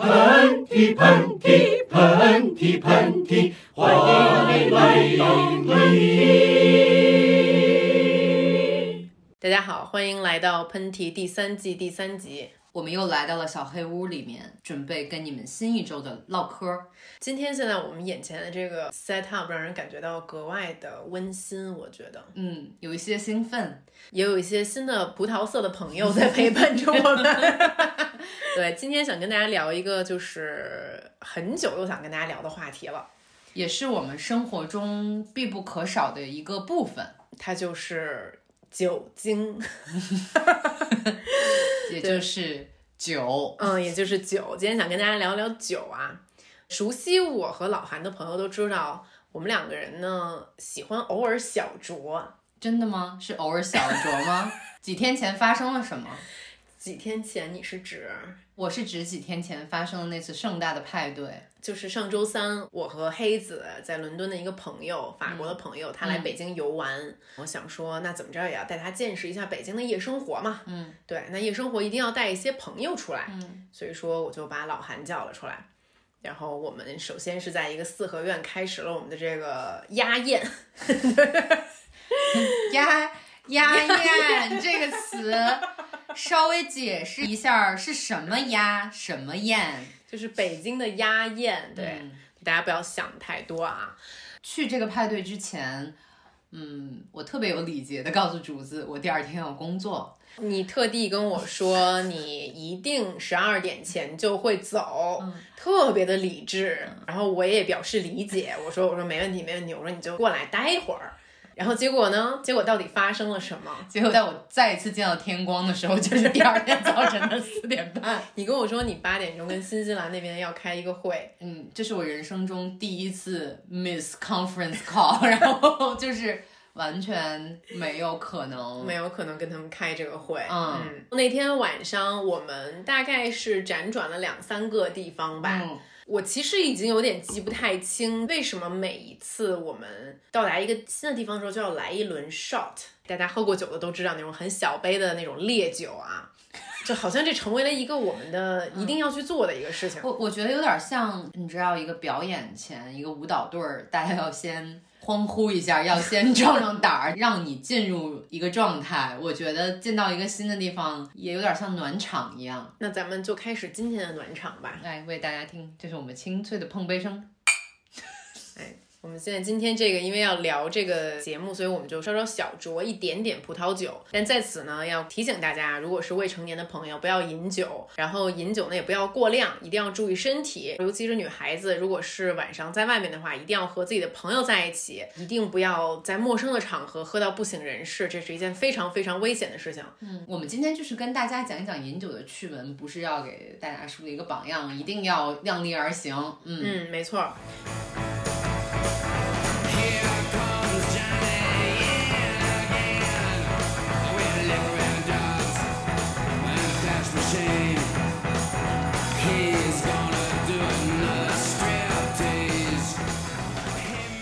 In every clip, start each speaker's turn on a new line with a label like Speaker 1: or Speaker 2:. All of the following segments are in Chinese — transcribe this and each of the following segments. Speaker 1: 喷嚏，喷嚏，喷嚏，喷嚏，欢迎你来到喷嚏。
Speaker 2: 大家好，欢迎来到《喷嚏》第三季第三集。
Speaker 3: 我们又来到了小黑屋里面，准备跟你们新一周的唠嗑儿。
Speaker 2: 今天现在我们眼前的这个 set up 让人感觉到格外的温馨，我觉得
Speaker 3: 嗯，有一些兴奋。
Speaker 2: 也有一些新的葡萄色的朋友在陪伴着我们。对，今天想跟大家聊一个就是很久又想跟大家聊的话题了，
Speaker 3: 也是我们生活中必不可少的一个部分，
Speaker 2: 它就是酒精，
Speaker 3: 也就是酒。
Speaker 2: 嗯，也就是酒。今天想跟大家聊聊酒啊。熟悉我和老韩的朋友都知道，我们两个人呢喜欢偶尔小酌，
Speaker 3: 真的吗？是偶尔小酌吗？ 几天前发生了什么？
Speaker 2: 几天前，你是指
Speaker 3: 我是指几天前发生的那次盛大的派对。
Speaker 2: 就是上周三，我和黑子在伦敦的一个朋友，法
Speaker 3: 嗯
Speaker 2: 国的朋友，他来北京游玩，我想说，那怎么着也要带他见识一下北京的夜生活嘛。
Speaker 3: 嗯，
Speaker 2: 对，那夜生活一定要带一些朋友出来，所以说我就把老韩叫了出来。然后我们首先是在一个四合院开始了我们的这个鸭宴，
Speaker 3: 呀呀呀！这个词 稍微解释一下是什么呀？什么宴？
Speaker 2: 就是北京的鸭宴。对，
Speaker 3: 嗯
Speaker 2: 大家不要想太多啊。
Speaker 3: 去这个派对之前，嗯，我特别有礼节的告诉竹子，我第二天要工作。
Speaker 2: 你特地跟我说，你一定十二点前就会走，
Speaker 3: 嗯
Speaker 2: 特别的理智。然后我也表示理解，我说我说没问题没问题，我说你就过来待一会儿。然后结果呢？结果到底发生了什么？
Speaker 3: 结果在我再一次见到天光的时候，就是第二天早晨的四点半。
Speaker 2: 哎你跟我说你八点钟跟新西兰那边要开一个会，
Speaker 3: 嗯，这是我人生中第一次 miss conference call，然后就是完全没有可能。
Speaker 2: 没有可能跟他们开这个会。
Speaker 3: 嗯
Speaker 2: 嗯，那天晚上我们大概是辗转了两三个地方吧。
Speaker 3: 嗯，
Speaker 2: 我其实已经有点记不太清，为什么每一次我们到达一个新的地方的时候，就要来一轮 shot。大家喝过酒的都知道，那种很小杯的那种烈酒啊，就好像这成为了一个我们的一定要去做的一个事情。
Speaker 3: 我我觉得有点像，你知道，一个表演前，一个舞蹈队儿，大家要先欢呼一下，要先 壮壮胆儿，让你进入一个状态。我觉得进到一个新的地方，也有点像暖场一样。
Speaker 2: 那咱们就开始今天的暖场吧。
Speaker 3: 来为大家听，这是我们清脆的碰杯声。
Speaker 2: 我们现在今天这个，因为要聊这个节目，所以我们就稍稍小酌一点点葡萄酒。但在此呢，要提醒大家，如果是未成年的朋友，不要饮酒，然后饮酒呢也不要过量，一定要注意身体，尤其是女孩子，如果是晚上在外面的话，一定要和自己的朋友在一起，一定不要在陌生的场合喝到不省人事，这是一件非常非常危险的事情。
Speaker 3: 嗯，我们今天就是跟大家讲一讲饮酒的趣闻，不是要给大家树立一个榜样，一定要量力而行。嗯，
Speaker 2: 嗯，没错儿。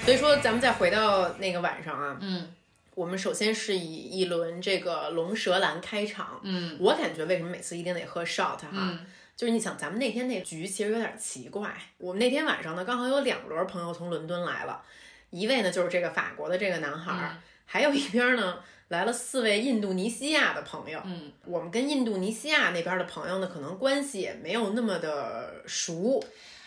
Speaker 2: 所以说，咱们再回到那个晚上啊，
Speaker 3: 嗯，
Speaker 2: 我们首先是以一轮这个龙舌兰开场，
Speaker 3: 嗯，
Speaker 2: 我感觉为什么每次一定得喝 shot 哈，就是你想咱们那天那局其实有点奇怪，我们那天晚上呢刚好有两轮朋友从伦敦来了，一位呢就是这个法国的这个男孩
Speaker 3: 嗯
Speaker 2: 儿，还有一边呢来了四位印度尼西亚的朋友，
Speaker 3: 嗯，
Speaker 2: 我们跟印度尼西亚那边的朋友呢可能关系也没有那么的熟，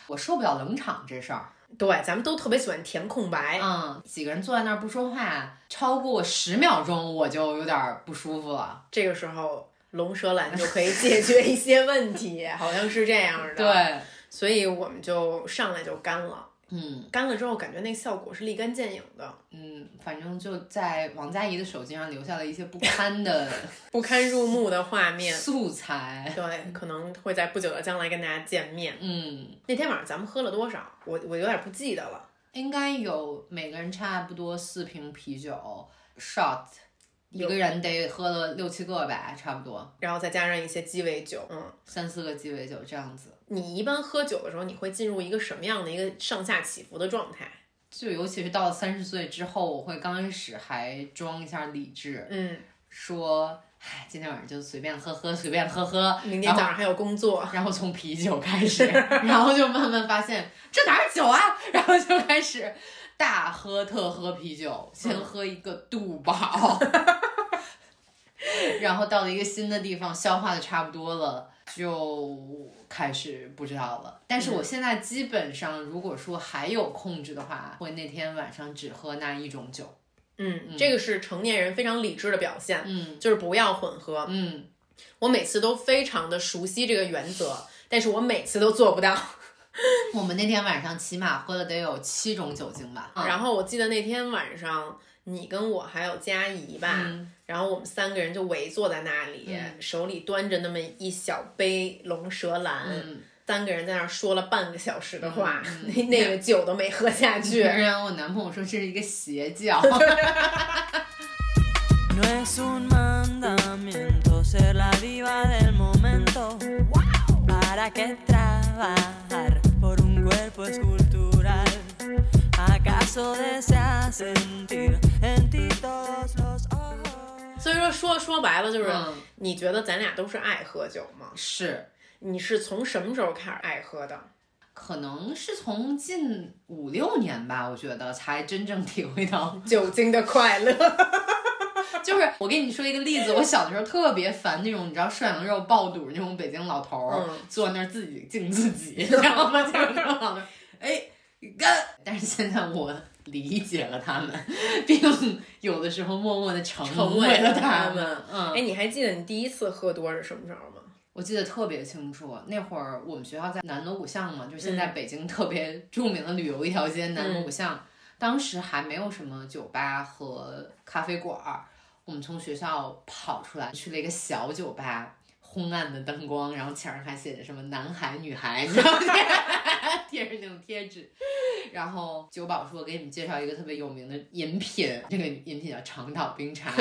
Speaker 3: 我受不了冷场这事儿。
Speaker 2: 对，咱们都特别喜欢填空白，
Speaker 3: 嗯，几个人坐在那儿不说话，超过十秒钟我就有点儿不舒服了。
Speaker 2: 这个时候龙舌兰就可以解决一些问题，好像是这样的。，
Speaker 3: 对，
Speaker 2: 所以我们就上来就干了，
Speaker 3: 嗯
Speaker 2: 干了之后感觉那效果是立竿见影的，
Speaker 3: 嗯，反正就在王佳怡的手机上留下了一些不堪的
Speaker 2: 不堪入目的画 面。
Speaker 3: 素材。
Speaker 2: 对，可能会在不久的将来跟大家见面。
Speaker 3: 嗯，
Speaker 2: 那天晚上咱们喝了多少？我我有点不记得了。
Speaker 3: 应该有每个人差不多四瓶啤酒，shot，一个人得喝了六七个吧，差不多
Speaker 2: 然后再加上一些鸡尾酒，嗯，
Speaker 3: 三四个鸡尾酒这样子。
Speaker 2: 你一般喝酒的时候，你会进入一个什么样的一个上下起伏的状态？
Speaker 3: 就尤其是到了三十岁之后，我会刚开始还装一下理智，
Speaker 2: 嗯，
Speaker 3: 说哎，今天晚上就随便喝喝，随便喝喝，
Speaker 2: 明
Speaker 3: 然
Speaker 2: 天
Speaker 3: 后
Speaker 2: 早上还有工作，嗯
Speaker 3: 然后从啤酒 开始，然后就慢慢发现这哪是酒啊，然后就开始大喝特喝啤酒，先
Speaker 2: 嗯
Speaker 3: 喝一个杜 堡，然后到了一个新的地方，消化的差不多了。就开始不知道了，但
Speaker 2: 嗯
Speaker 3: 是我现在基本上，如果说还有控制的话，会那天晚上只喝那一种酒。
Speaker 2: 嗯，这个是成年人非常理智的表现，
Speaker 3: 嗯
Speaker 2: 就是不要混合。
Speaker 3: 嗯，
Speaker 2: 我每次都非常的熟悉这个原则，但是我每次都做不到。
Speaker 3: 我们那天晚上起码喝了得有七种酒精吧。啊
Speaker 2: 然后我记得那天晚上，你跟我还有佳怡吧，
Speaker 3: 嗯
Speaker 2: 然后我们三个人就围坐在那里，
Speaker 3: 嗯
Speaker 2: 手里端着那么一小杯龙舌兰，
Speaker 3: 嗯，
Speaker 2: 三个人在那儿说了半个小时的话，
Speaker 3: 嗯
Speaker 2: 那那个酒都没喝下 去。
Speaker 3: 然后我男朋友说这是一个 邪教。
Speaker 4: No es un mandamiento ser la diva del momento. ¿Para qué trabajar por un cuerpo escultural? ¿Acaso deseas sentir en ti todos los ojos?
Speaker 2: 所以说说说白了就是，
Speaker 3: 嗯
Speaker 2: 你觉得咱俩都是爱喝酒吗？
Speaker 3: 是，
Speaker 2: 你是从什么时候开始爱喝的？
Speaker 3: 可能是从近五六年吧，我觉得才真正体会到。
Speaker 2: 酒精的快乐。
Speaker 3: 就是我跟你说一个例子，我小的时候特别烦那种你知道涮羊肉爆肚那种北京老头儿、
Speaker 2: 嗯
Speaker 3: 坐那儿自己敬自己， 然后嘛，就是那种老头儿，哎，干！但是现在我理解了他们，并有的时候默默的成
Speaker 2: 嗯成为
Speaker 3: 为
Speaker 2: 了
Speaker 3: 了
Speaker 2: 他
Speaker 3: 们
Speaker 2: 们。
Speaker 3: 嗯，
Speaker 2: 哎，你还记得你第一次喝多是什么时候吗？
Speaker 3: 我记得特别清楚，那会儿我们学校在南锣鼓巷嘛，就现在北京特别著名的旅游一条街南锣鼓巷。当时还没有什么酒吧和咖啡馆儿，我们从学校跑出来去了一个小酒吧，昏暗的灯光，然后墙上还写着什么男孩女孩，你知道吗？ 贴着那种贴纸。然后酒保说：“我给你们介绍一个特别有名的饮品，这个饮品叫长岛冰茶。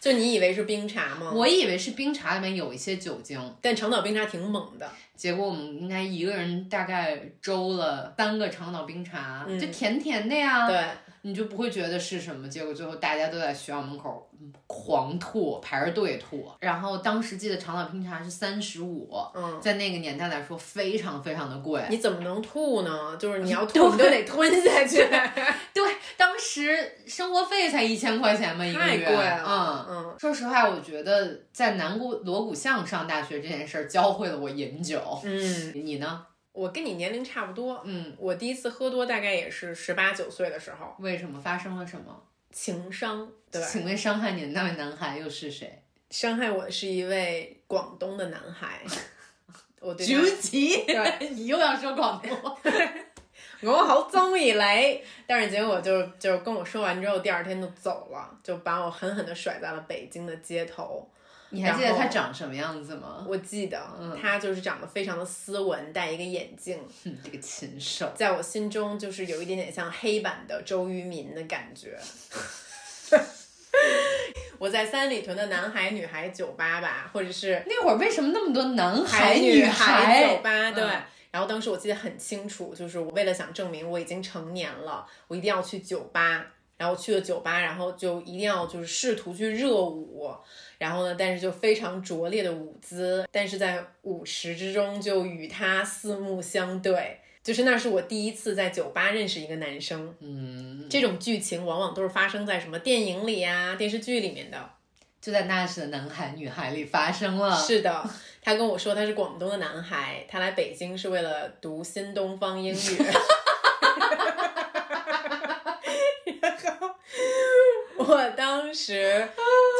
Speaker 2: 就你以为是冰茶吗？
Speaker 3: 我以为是冰茶里面有一些酒精，
Speaker 2: 但长岛冰茶挺猛的，
Speaker 3: 结果我们应该一个人大概周了三个长岛冰茶，
Speaker 2: 嗯
Speaker 3: 就甜甜的呀，
Speaker 2: 对，
Speaker 3: 你就不会觉得是什么。结果最后大家都在学校门口嗯狂吐，排着队吐。然后当时记得长岛冰茶是三十五，
Speaker 2: 嗯。
Speaker 3: 在那个年代来说非常非常的贵。
Speaker 2: 你怎么能吐呢？就是你要吐，你就得吞下去，
Speaker 3: 对，当时生活费才一千块钱吧，一个
Speaker 2: 太
Speaker 3: 月，
Speaker 2: 贵了。
Speaker 3: 嗯。
Speaker 2: 嗯，
Speaker 3: 说实话，我觉得在南鼓锣鼓巷上大学这件事儿教会了我饮酒。
Speaker 2: 嗯，
Speaker 3: 你呢？
Speaker 2: 我跟你年龄差不多，
Speaker 3: 嗯，
Speaker 2: 我第一次喝多大概也是十八九岁的时候，
Speaker 3: 为什么发生了什么？
Speaker 2: 情商对吧？
Speaker 3: 请问伤害你的那位男孩又是谁？
Speaker 2: 伤害我的是一位广东的男 孩，我对他
Speaker 3: 吉
Speaker 2: 对
Speaker 3: 你又要说广东？
Speaker 2: 我好憎以雷，但是结果就就跟我说完之后，第二天就走了，就把我狠狠地甩在了北京的街头。
Speaker 3: 你还记得
Speaker 2: 然后
Speaker 3: 他长什么样子吗？
Speaker 2: 我记得
Speaker 3: 嗯
Speaker 2: 他就是长得非常的斯文，戴一个眼镜，
Speaker 3: 哼，这个禽兽！
Speaker 2: 在我心中就是有一点点像黑版的周渝民的感觉。我在三里屯的男孩女孩酒吧吧，或者是
Speaker 3: 那会儿为什么那么多男
Speaker 2: 海
Speaker 3: 女
Speaker 2: 孩
Speaker 3: 孩
Speaker 2: 酒吧，对。
Speaker 3: 嗯
Speaker 2: 然后当时我记得很清楚，就是我为了想证明我已经成年了，我一定要去酒吧。然后去了酒吧，然后就一定要就是试图去热舞，然后呢，但是就非常拙劣的舞姿，但是在舞池之中就与他四目相对，就是那是我第一次在酒吧认识一个男生。
Speaker 3: 嗯，
Speaker 2: 这种剧情往往都是发生在什么电影里呀、电视剧里面的。
Speaker 3: 就在那时的男孩女孩里发生了。
Speaker 2: 是的，他跟我说他是广东的男孩，他来北京是为了读新东方英语。然后我当时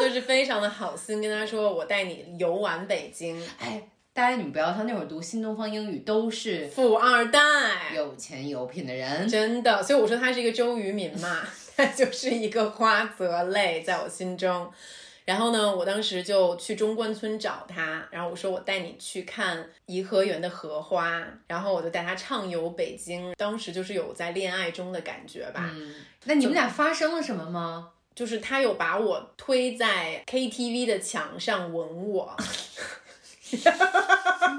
Speaker 2: 就是非常的好心跟他说，我带你游玩北京，
Speaker 3: 哎，大家你们不要看那会儿读新东方英语都是
Speaker 2: 富二代，
Speaker 3: 有钱有品的人，
Speaker 2: 真的。所以我说他是一个周渝民嘛， 他就是一个花泽类，在我心中。然后呢，我当时就去中关村找他，然后我说我带你去看颐和园的荷花，然后我就带他畅游北京。当时就是有在恋爱中的感觉吧，
Speaker 3: 嗯，那你们俩发生了什么吗？
Speaker 2: 就是他有把我推在 KTV 的墙上吻我，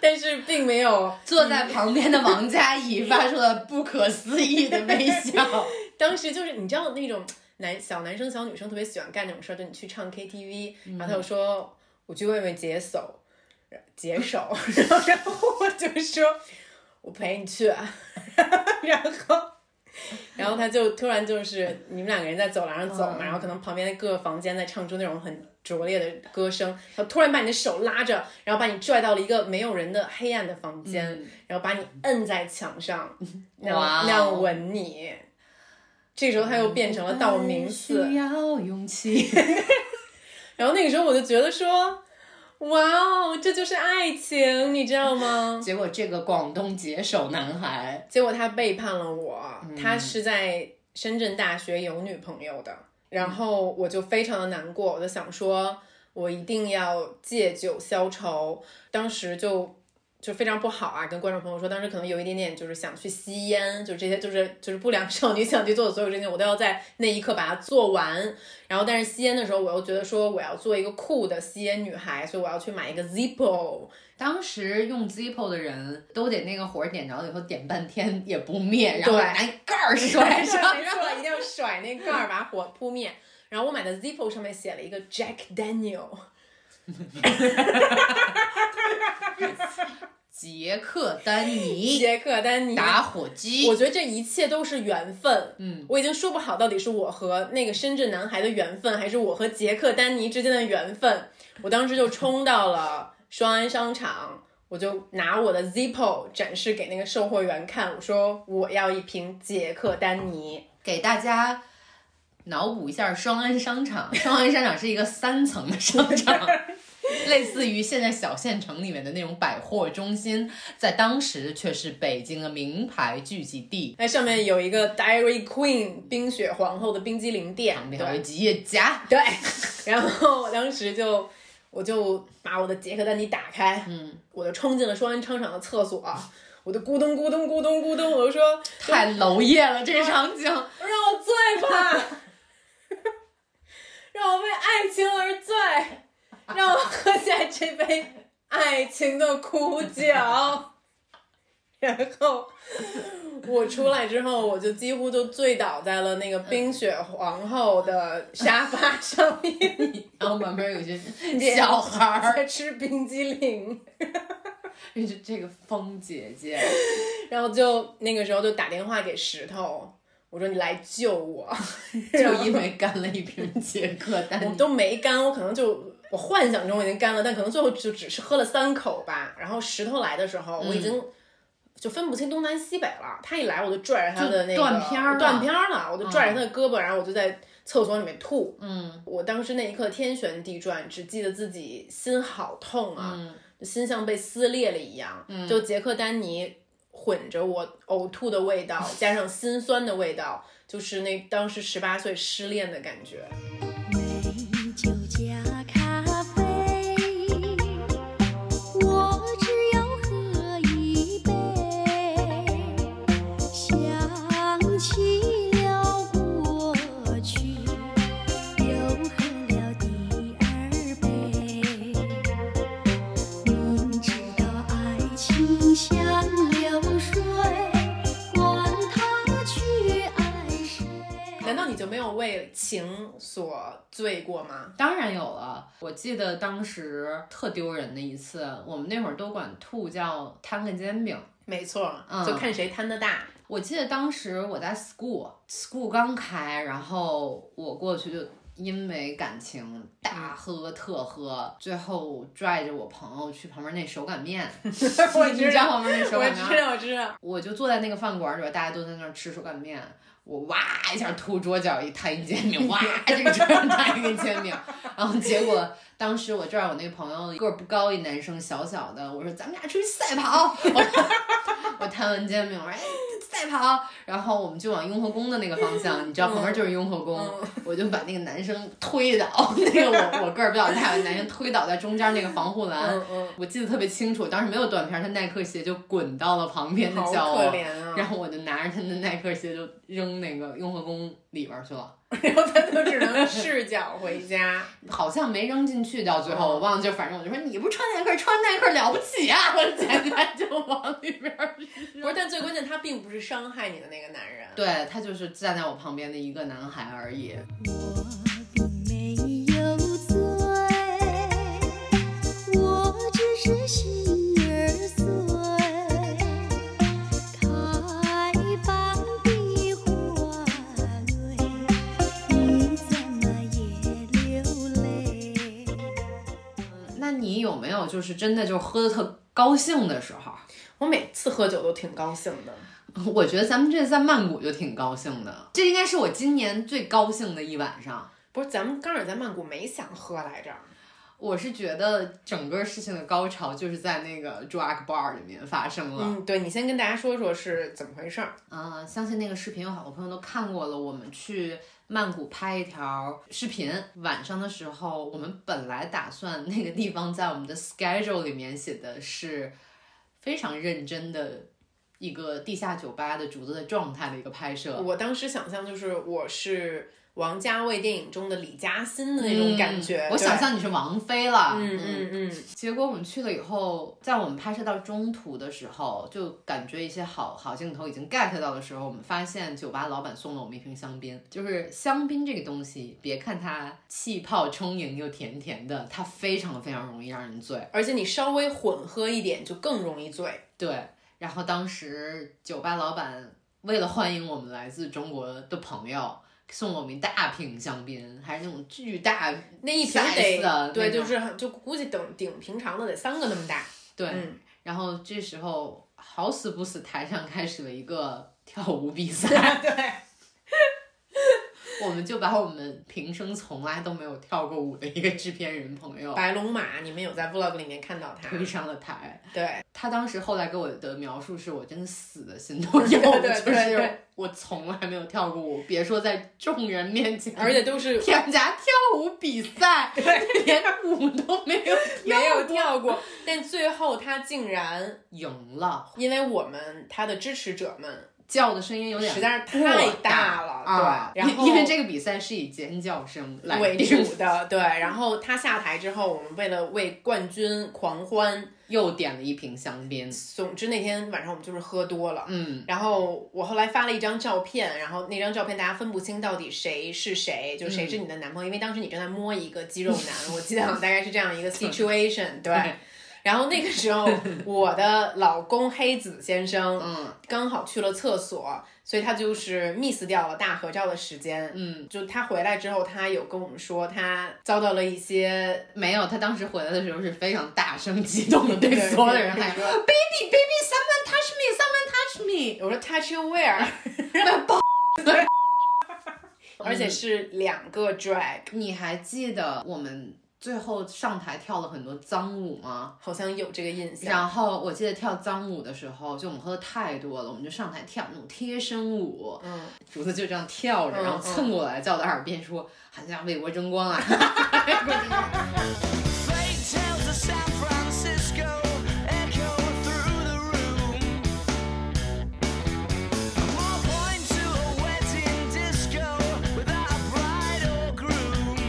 Speaker 2: 但是并没有。
Speaker 3: 坐在旁边的王佳怡发出了不可思议的微笑。
Speaker 2: 当时就是你知道那种男小男生小女生特别喜欢干这种事儿，就你去唱 KTV，、然
Speaker 3: 嗯
Speaker 2: 后他就说我去问问解手，解手， 然后然后我就说我陪你去、啊， 然后。然后他就突然就是你们两个人在走廊上走嘛，
Speaker 3: 嗯
Speaker 2: 然后可能旁边的各个房间在唱出那种很拙劣的歌声，他突然把你的手拉着，然后把你拽到了一个没有人的黑暗的房间，
Speaker 3: 嗯
Speaker 2: 然后把你摁在墙上，然
Speaker 3: 哇哦
Speaker 2: 后那样吻你。这时候他又变成了道明寺，
Speaker 3: 需要勇气。
Speaker 2: 然后那个时候我就觉得说，哇哦，这就是爱情，你知道吗？
Speaker 3: 结果这个广东解手男孩，
Speaker 2: 结果他背叛了我，他是在深圳大学有女朋友的，然后我就非常的难过，我就想说，我一定要借酒消愁。当时就就非常不好啊，跟观众朋友说，当时可能有一点点就是想去吸烟，就这些，就是就是不良少女想去做的所有事情，我都要在那一刻把它做完。然后，但是吸烟的时候，我又觉得说我要做一个酷的吸烟女孩，所以我要去买一个 Zippo，
Speaker 3: 当时用 Zippo 的人都得那个火点着了以后点半天也不灭，然后
Speaker 2: 对
Speaker 3: 拿一盖儿甩上，
Speaker 2: 没
Speaker 3: 然后
Speaker 2: 错，一定要甩那盖儿把火扑灭。然后我买的 Zippo 上面写了一个 Jack Daniel，
Speaker 3: 杰克丹尼
Speaker 2: 杰克丹尼。
Speaker 3: 打火机
Speaker 2: 我。觉得这一切都是缘分，
Speaker 3: 嗯，
Speaker 2: 我已经说不好到底是我和那个深圳男孩的缘分，还是我和杰克丹尼之间的缘分。我当时就冲到了双安商场，我就拿我的 Zippo 展示给那个售货员看，我说我要一瓶杰克丹尼。
Speaker 3: 给大家脑补一下双安商场。双安商场是一个三层的商 场，类似于现在小县城里面的那种百货中心，在当时却是北京的名牌聚集地。
Speaker 2: 那上面有一个 Dairy Queen 冰雪皇后的冰激凌店，
Speaker 3: 旁
Speaker 2: 对。
Speaker 3: 边还有吉野家，
Speaker 2: 对，然后我当时就，我就把我的杰克丹尼打开，嗯，我就冲进了双安商场的厕所，我就咕咚咕咚咕咚咕咚，我就说
Speaker 3: 太娄烨了，这个场景。
Speaker 2: 让我醉吧， 让我为爱情而醉，让我喝下这杯爱情的苦酒。 然后我出来之后，我就几乎就醉倒在了那个冰雪皇后的沙发上面。
Speaker 3: 然后旁边有些小孩儿，
Speaker 2: 在吃冰激 凌，
Speaker 3: 就这个疯姐 姐，
Speaker 2: 然后就那个时候就打电话给石头，我说你来救我，
Speaker 3: 就因为干了一瓶杰克丹
Speaker 2: 我
Speaker 3: 尼。
Speaker 2: 都没干，我可能就我幻想中我已经干了，但可能最后就只是喝了三口吧。然后石头来的时
Speaker 3: 嗯
Speaker 2: 候，我已经就分不清东南西北了，他一来我就拽着他的那个
Speaker 3: 就断片儿了嗯
Speaker 2: 断片儿了，我就拽着他的胳膊，然后我就在。厕所里面吐，嗯，我当时那一刻天旋地转，只记得自己心好痛啊，就心像被撕裂了一样，就杰克丹尼混着我呕吐的味道，加上心酸的味道，就是那当时十八岁失恋的感觉。
Speaker 5: 美酒加咖啡，我只要喝一杯。想起了过去，又喝了第二杯。明知道爱情像流水，管它去爱谁。
Speaker 2: 难道你就没有为情所醉过吗？
Speaker 3: 当然有了，我记得当时特丢人的一次，我们那会儿都管吐叫摊个煎饼。
Speaker 2: 没错，
Speaker 3: 嗯
Speaker 2: 就看谁摊的大。
Speaker 3: 我记得当时我在 school school 刚开，然后我过去就因为感情大喝特喝，最后拽着我朋友去旁边那手擀 面，
Speaker 2: 我
Speaker 3: 你知道，旁边那手
Speaker 2: 我
Speaker 3: 擀
Speaker 2: 知
Speaker 3: 面，
Speaker 2: 道，我知道。
Speaker 3: 我就坐在那个饭馆里边，大家都在那儿吃手擀面。我哇一下吐桌角一摊一煎饼，哇这个桌上摊一个煎饼，然后结果当时我拽我那个朋友个儿不高一男生小小的，我说咱们俩出去赛跑，我 我摊完煎饼我说哎赛跑，然后我们就往雍和宫的那个方向，你知道旁边就是雍和宫，
Speaker 2: 嗯
Speaker 3: 我就把那个男生推倒，那个我我个儿比较大的男生推倒在中间那个防护栏，
Speaker 2: 嗯嗯，
Speaker 3: 我记得特别清楚，当时没有断片儿，他耐克鞋就滚到了旁边的
Speaker 2: 好
Speaker 3: 角
Speaker 2: 可
Speaker 3: 落，
Speaker 2: 怜啊！
Speaker 3: 然后我就拿着他的耐克鞋就扔那个雍和宫里边儿去了。
Speaker 2: 然后他就只能赤脚回 家。
Speaker 3: 好像没扔进去，到最后我忘了，就反正我就说你不穿耐克，穿耐克了不起啊！我简单就往里边儿
Speaker 2: 不是，但最关键他并不是伤害你的那个男人。
Speaker 3: 对他就是站在我旁边的一个男孩而已。
Speaker 5: 我并没有醉，我只是心儿碎。开放的花蕊，你怎么也流泪？
Speaker 3: 那你有没有就是真的就喝的特高兴的时候？
Speaker 2: 我每次喝酒都挺高兴的。
Speaker 3: 我觉得咱们这次在曼谷就挺高兴的，这应该是我今年最高兴的一晚上。
Speaker 2: 不是，咱们刚开始在曼谷没想喝来
Speaker 3: 啊
Speaker 2: 着，
Speaker 3: 我是觉得整个事情的高潮就是在那个 drug bar 里面发生了。
Speaker 2: 嗯，对你先跟大家说说是怎么回事儿。
Speaker 3: 呃，相信那个视频有好多朋友都看过了。我们去曼谷拍一条视频，晚上的时候，我们本来打算那个地方在我们的 schedule 里面写的是非常认真的一个地下酒吧的竹子的状态的一个拍摄。
Speaker 2: 我当时想象就是我是王家卫电影中的李嘉欣的那种感觉，
Speaker 3: 嗯我
Speaker 2: 对
Speaker 3: 想，象你是王菲了。
Speaker 2: 嗯嗯嗯，
Speaker 3: 结果我们去了以后，在我们拍摄到中途的时候，就感觉一些好好镜头已经 get 到的时候，我们发现酒吧老板送了我们一瓶香槟。就是香槟这个东西，别看它气泡充盈又甜甜的，它非常非常容易让人醉。
Speaker 2: 而且你稍微混喝一点就更容易醉。
Speaker 3: 对，然后当时酒吧老板为了欢迎我们来自中国的朋友，送了我们一大瓶香槟，还是那种巨大
Speaker 2: 那一瓶
Speaker 3: size 的
Speaker 2: 得对，
Speaker 3: 那种
Speaker 2: 就是很就估计等顶平常的得三个那么大。
Speaker 3: 对，
Speaker 2: 嗯
Speaker 3: 然后这时候好死不死，台上开始了一个跳舞比赛，
Speaker 2: 对，
Speaker 3: 我们就把我们平生从来都没有跳过舞的一个制片人朋友
Speaker 2: 白龙马，你们有在 vlog 里面看到他？
Speaker 3: 推上了台。
Speaker 2: 对，
Speaker 3: 他当时后来给我的描述是我真的死的心 都有，
Speaker 2: 对对
Speaker 3: 就
Speaker 2: 对
Speaker 3: 是
Speaker 2: 对
Speaker 3: 我从来没有跳过舞，别说在众人面前，
Speaker 2: 而 且都是
Speaker 3: 添加跳舞比赛，连舞都没有跳，
Speaker 2: 没有跳过，但最后他竟然
Speaker 3: 赢了，
Speaker 2: 因为我们他的支持者们
Speaker 3: 叫的声音有点
Speaker 2: 实在是
Speaker 3: 过
Speaker 2: 太大了，
Speaker 3: 啊！
Speaker 2: 对，然后
Speaker 3: 因因为这个比赛是以尖叫声来
Speaker 2: 为
Speaker 3: 定
Speaker 2: 主的，对。然后他下台之后，我们为了为冠军狂欢，
Speaker 3: 又点了一瓶香槟，
Speaker 2: 总之那天晚上我们就是喝多了。
Speaker 3: 嗯，
Speaker 2: 然后我后来发了一张照片，然后那张照片大家分不清到底谁是谁，就谁是
Speaker 3: 嗯
Speaker 2: 你的男朋友，因为当时你正在摸一个肌肉男，我记得好像大概是这样
Speaker 3: 嗯
Speaker 2: 一个 situation，对。然后那个时候，我的老公黑子先生，
Speaker 3: 嗯，
Speaker 2: 刚好去了厕所，所以他就是 miss 掉了大合照的时间，
Speaker 3: 嗯，
Speaker 2: 就他回来之后，他有跟我们说，他遭到了一些
Speaker 3: 没有，他当时回来的时候是非常大声激动的对
Speaker 2: 对
Speaker 3: 所有的人
Speaker 2: 对
Speaker 3: 喊
Speaker 2: 对
Speaker 3: ：“Baby, baby, someone touch me, someone touch me！”
Speaker 2: 我说 touch you where，而且是两个 drag，
Speaker 3: 你还记得我们最后上台跳了很多脏舞吗？
Speaker 2: 好像有这个印象。
Speaker 3: 然后我记得跳脏舞的时候，就我们喝的太多了，我们就上台跳那种贴身舞，
Speaker 2: 嗯，
Speaker 3: 竹子就这样跳着，
Speaker 2: 嗯
Speaker 3: 然后蹭过来，在我的耳边说：“韩家为国争光啊！”
Speaker 4: Great tales of San Francisco echo through the room. We're going to a wedding disco without a bride or groom.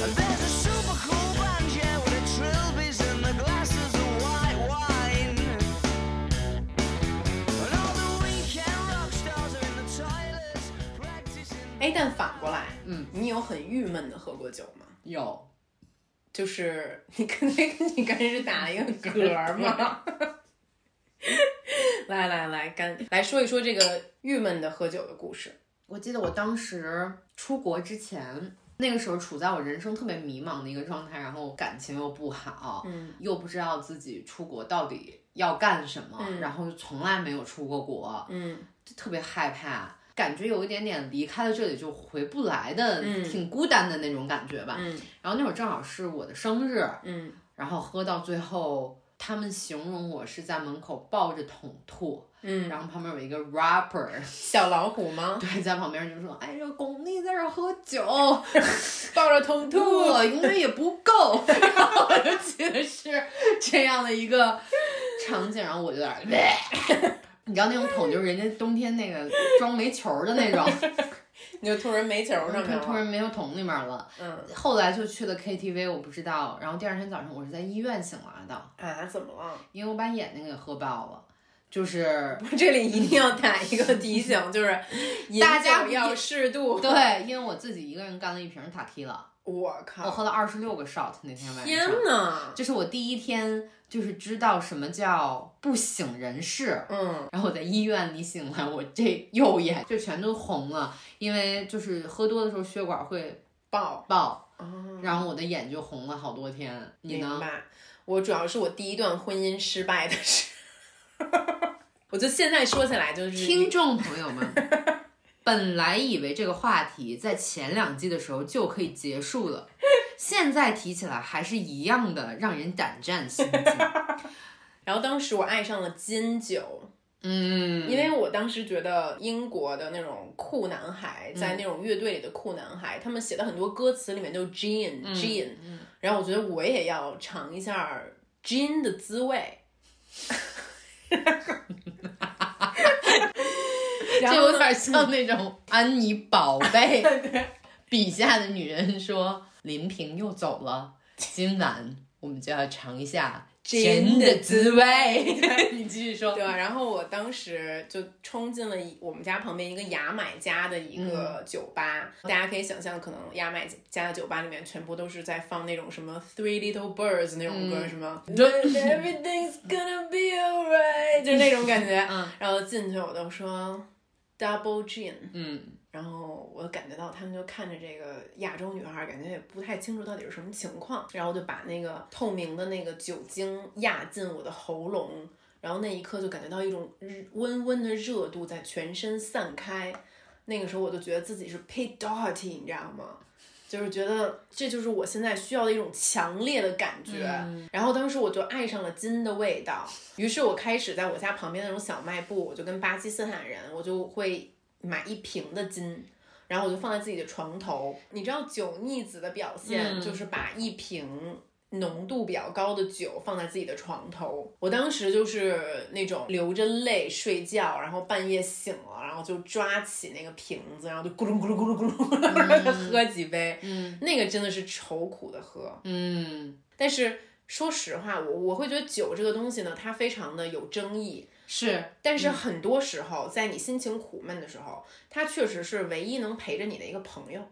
Speaker 4: There's a super cool band yeah with the trilbies and the glasses of white wine. And all the weekend rock stars are in the toilets practicing.
Speaker 2: 哎，但反过来，
Speaker 3: 嗯，
Speaker 2: 你有很郁闷的喝过酒吗？
Speaker 3: 有，
Speaker 2: 就是你跟那个你刚才是打了一个嗝儿吗？ 来来来，干来说一说这个郁闷的喝酒的故事。
Speaker 3: 我记得我当时出国之前，那个时候处在我人生特别迷茫的一个状态，然后感情又不好，
Speaker 2: 嗯，
Speaker 3: 又不知道自己出国到底要干什么，
Speaker 2: 嗯
Speaker 3: 然后从来没有出过国，
Speaker 2: 嗯，
Speaker 3: 就特别害怕。感觉有一点点离开了这里就回不来的，
Speaker 2: 嗯
Speaker 3: 挺孤单的那种感觉吧。
Speaker 2: 嗯
Speaker 3: 然后那会儿正好是我的生日，
Speaker 2: 嗯，
Speaker 3: 然后喝到最后，他们形容我是在门口抱着桶吐，
Speaker 2: 嗯
Speaker 3: 然后旁边有一个 rapper，
Speaker 2: 小老虎吗？
Speaker 3: 对，在旁边就说：“哎，这巩俐在这儿喝酒，
Speaker 2: 抱着痛吐，
Speaker 3: 吐永远也不够。” 然后我就记得是这样的一个场景，然后我就有 点儿，你知道那种桶就是人家冬天那个装煤球儿的那种，
Speaker 2: 你就吐人煤球上面
Speaker 3: 突然
Speaker 2: 了。
Speaker 3: 没有啊桶里面了。
Speaker 2: 嗯
Speaker 3: 后来就去了 KTV，我不知道。然后第二天早上我是在医院醒来的，
Speaker 2: 啊，怎么了？
Speaker 3: 因为我把眼睛给喝爆了。就是
Speaker 2: 我这里一定要打一个提醒，就是饮
Speaker 3: 大家
Speaker 2: 酒
Speaker 3: 不
Speaker 2: 嗯要
Speaker 3: 要
Speaker 2: 适度。，
Speaker 3: 对，因为我自己一个人干了一瓶塔 q 了，
Speaker 2: 我
Speaker 3: 我
Speaker 2: 靠！
Speaker 3: 喝了二十六个 shot 那天晚上。
Speaker 2: 天呐，
Speaker 3: 这是我第一天就是知道什么叫不省人事。
Speaker 2: 嗯，
Speaker 3: 然后我在医院里醒来，我这右眼就全都红了，因为就是喝多的时候血管会
Speaker 2: 爆！
Speaker 3: 爆，
Speaker 2: 哦
Speaker 3: 然后我的眼就红了好多天。你
Speaker 2: 明
Speaker 3: 呢？
Speaker 2: 白。我主要是我第一段婚姻失败的事， 我就现在说起来就是
Speaker 3: 听众朋友们，本来以为这个话题在前两季的时候就可以结束了，现在提起来还是一样的让人胆战 心惊。
Speaker 2: 然后当时我爱上了金酒，
Speaker 3: 嗯，
Speaker 2: 因为我当时觉得英国的那种酷男孩，在那种乐队里的酷男孩，他们写的很多歌词里面都是 gin、gin，然后我觉得我也要尝一下 gin 的滋味。然
Speaker 3: 这
Speaker 2: 后
Speaker 3: 有
Speaker 2: 呢
Speaker 3: 点像那种安妮宝 贝笔下的女人说：“林平又走了，今晚我们就要尝一下
Speaker 2: 真
Speaker 3: 真
Speaker 2: 的
Speaker 3: 的滋 味。”你继续说
Speaker 2: 对，啊然后我当时就冲进了一我们家旁边一个牙买加的一个酒吧，大家可以想象，可能牙买加的酒吧里面全部都是在放那种什么 Three Little Birds 那种歌，什么 But Everything's gonna be alright，就是那种感觉。
Speaker 3: 嗯
Speaker 2: 然后进去我都说 Double Gin，
Speaker 3: 嗯，
Speaker 2: 然后我感觉到他们就看着这个亚洲女孩，感觉也不太清楚到底是什么情况，然后就把那个透明的那个酒精压进我的喉咙，然后那一刻就感觉到一种日温温的热度在全身散开。那个时候我就觉得自己是 Pete Doherty，你知道吗？就是觉得这就是我现在需要的一种强烈的感觉。然后当时我就爱上了金的味道，于是我开始在我家旁边那种小卖部，我就跟巴基斯坦人，我就会买一瓶的金。然后我就放在自己的床头，你知道酒腻子的表现
Speaker 3: 嗯
Speaker 2: 就是把一瓶浓度比较高的酒放在自己的床头。我当时就是那种流着泪睡觉，然后半夜醒了，然后就抓起那个瓶子，然后就咕噜咕噜咕噜咕噜，然后 喝几杯。
Speaker 3: 嗯，
Speaker 2: 那个真的是愁苦的喝。
Speaker 3: 嗯，
Speaker 2: 但是说实话，我我会觉得酒这个东西呢，它非常的有争议。
Speaker 3: 是
Speaker 2: 但是很多时候，在你心情苦闷的时候，它确实是唯一能陪着你的一个朋友。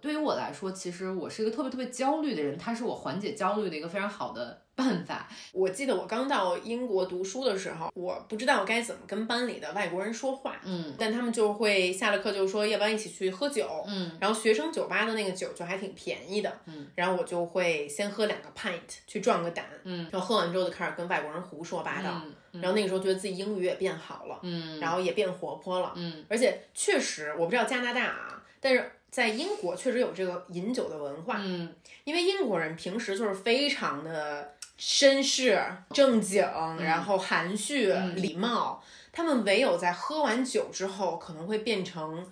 Speaker 3: 对于我来说，其实我是一个特别特别焦虑的人，它是我缓解焦虑的一个非常好的办法。
Speaker 2: 我记得我刚到英国读书的时候，我不知道该怎么跟班里的外国人说话，
Speaker 3: 嗯
Speaker 2: 但他们就会下了课就说，要不然一起去喝酒。
Speaker 3: 嗯
Speaker 2: 然后学生酒吧的那个酒就还挺便宜的，
Speaker 3: 嗯，
Speaker 2: 然后我就会先喝两个 pint 去壮个胆，
Speaker 3: 嗯，
Speaker 2: 然后喝完之后就开始跟外国人胡说八道，
Speaker 3: 嗯
Speaker 2: 然后那个时候觉得自己英语也变好了，
Speaker 3: 嗯，
Speaker 2: 然后也变活泼了，
Speaker 3: 嗯
Speaker 2: 而且确实，我不知道加拿大啊，但是在英国确实有这个饮酒的文化，
Speaker 3: 嗯
Speaker 2: 因为英国人平时就是非常的绅士、正经，
Speaker 3: 嗯
Speaker 2: 然后含蓄、礼貌，他们唯有在喝完酒之后，可能会变成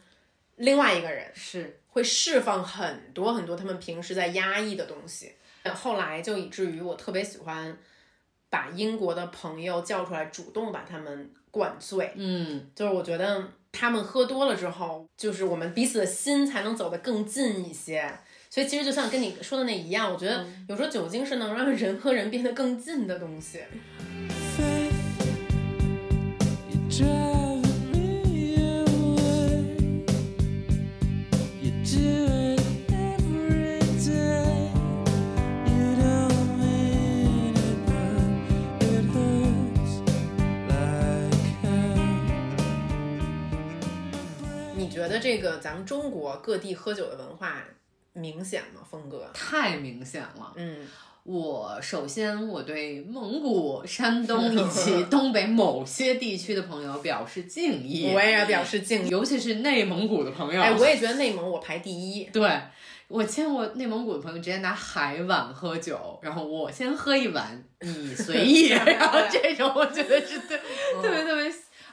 Speaker 2: 另外一个人，
Speaker 3: 是
Speaker 2: 会释放很多很多他们平时在压抑的东西。后来就以至于我特别喜欢把英国的朋友叫出来，主动把他们灌醉。
Speaker 3: 嗯
Speaker 2: 就是我觉得他们喝多了之后，就是我们彼此的心才能走得更近一些。所以其实就像跟你说的那一样，我觉得有时候酒精是能让人和人变得更近的东西。
Speaker 4: You're driving me away. You do it every day. You don't mean it, but it hurts like hell.
Speaker 2: 你觉得这个咱们中国各地喝酒的文化明显吗？峰哥，
Speaker 3: 太明显了。
Speaker 2: 嗯，
Speaker 3: 我首先，我对蒙古、山东以及东北某些地区的朋友表示敬 意，
Speaker 2: 我也要表示敬意。
Speaker 3: 尤其是内蒙古的朋友。
Speaker 2: 哎，我也觉得内蒙我排第一。
Speaker 3: 对我见过内蒙古的朋友直接拿海碗喝酒，然后我先喝一碗，你 随意。然后这种我觉得是对，
Speaker 2: 哦
Speaker 3: 特别特别。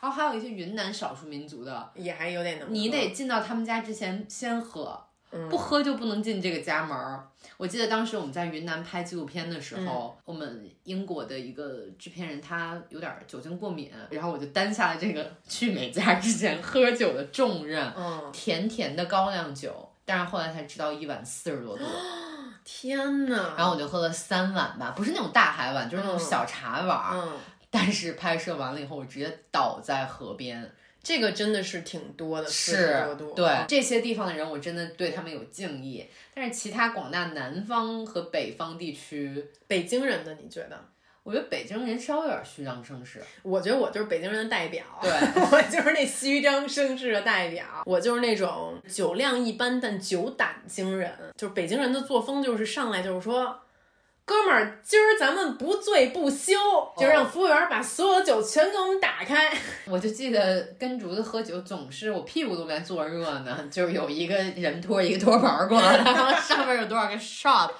Speaker 3: 然后还有一些云南少数民族的，
Speaker 2: 也还有点能喝，
Speaker 3: 你得进到他们家之前先喝。
Speaker 2: 嗯
Speaker 3: 不喝就不能进这个家门儿。我记得当时我们在云南拍纪录片的时
Speaker 2: 嗯
Speaker 3: 候，我们英国的一个制片人他有点酒精过敏，然后我就担下了这个去美加之前喝酒的重任，
Speaker 2: 嗯，
Speaker 3: 甜甜的高粱酒，但是后来才知道一碗四十 多度，
Speaker 2: 天呐。
Speaker 3: 然后我就喝了三碗吧，不是那种大海碗，就是那种
Speaker 2: 嗯
Speaker 3: 小茶碗儿。
Speaker 2: 嗯，
Speaker 3: 但是拍摄完了以后，我直接倒在河边，
Speaker 2: 这个真的是挺多的，40多
Speaker 3: 是
Speaker 2: 度，啊
Speaker 3: 对这些地方的人，我真的对他们有敬意。但是其他广大南方和北方地区，
Speaker 2: 北京人的，你觉得？
Speaker 3: 我觉得北京人稍微有点虚张声势，
Speaker 2: 我觉得我就是北京人的代表，
Speaker 3: 对
Speaker 2: 我就是那虚张声势的代表，我就是那种酒量一般但酒胆惊人，就是北京人的作风就是上来就是说。哥们儿，今儿咱们不醉不休，就
Speaker 3: 哦
Speaker 2: 让服务员把所有的酒全给我们打开。
Speaker 3: 我就记得跟竹子喝酒，总是我屁股都没坐热呢，就是有一个人拖一个托盘过来，然后上面有多少个 shot，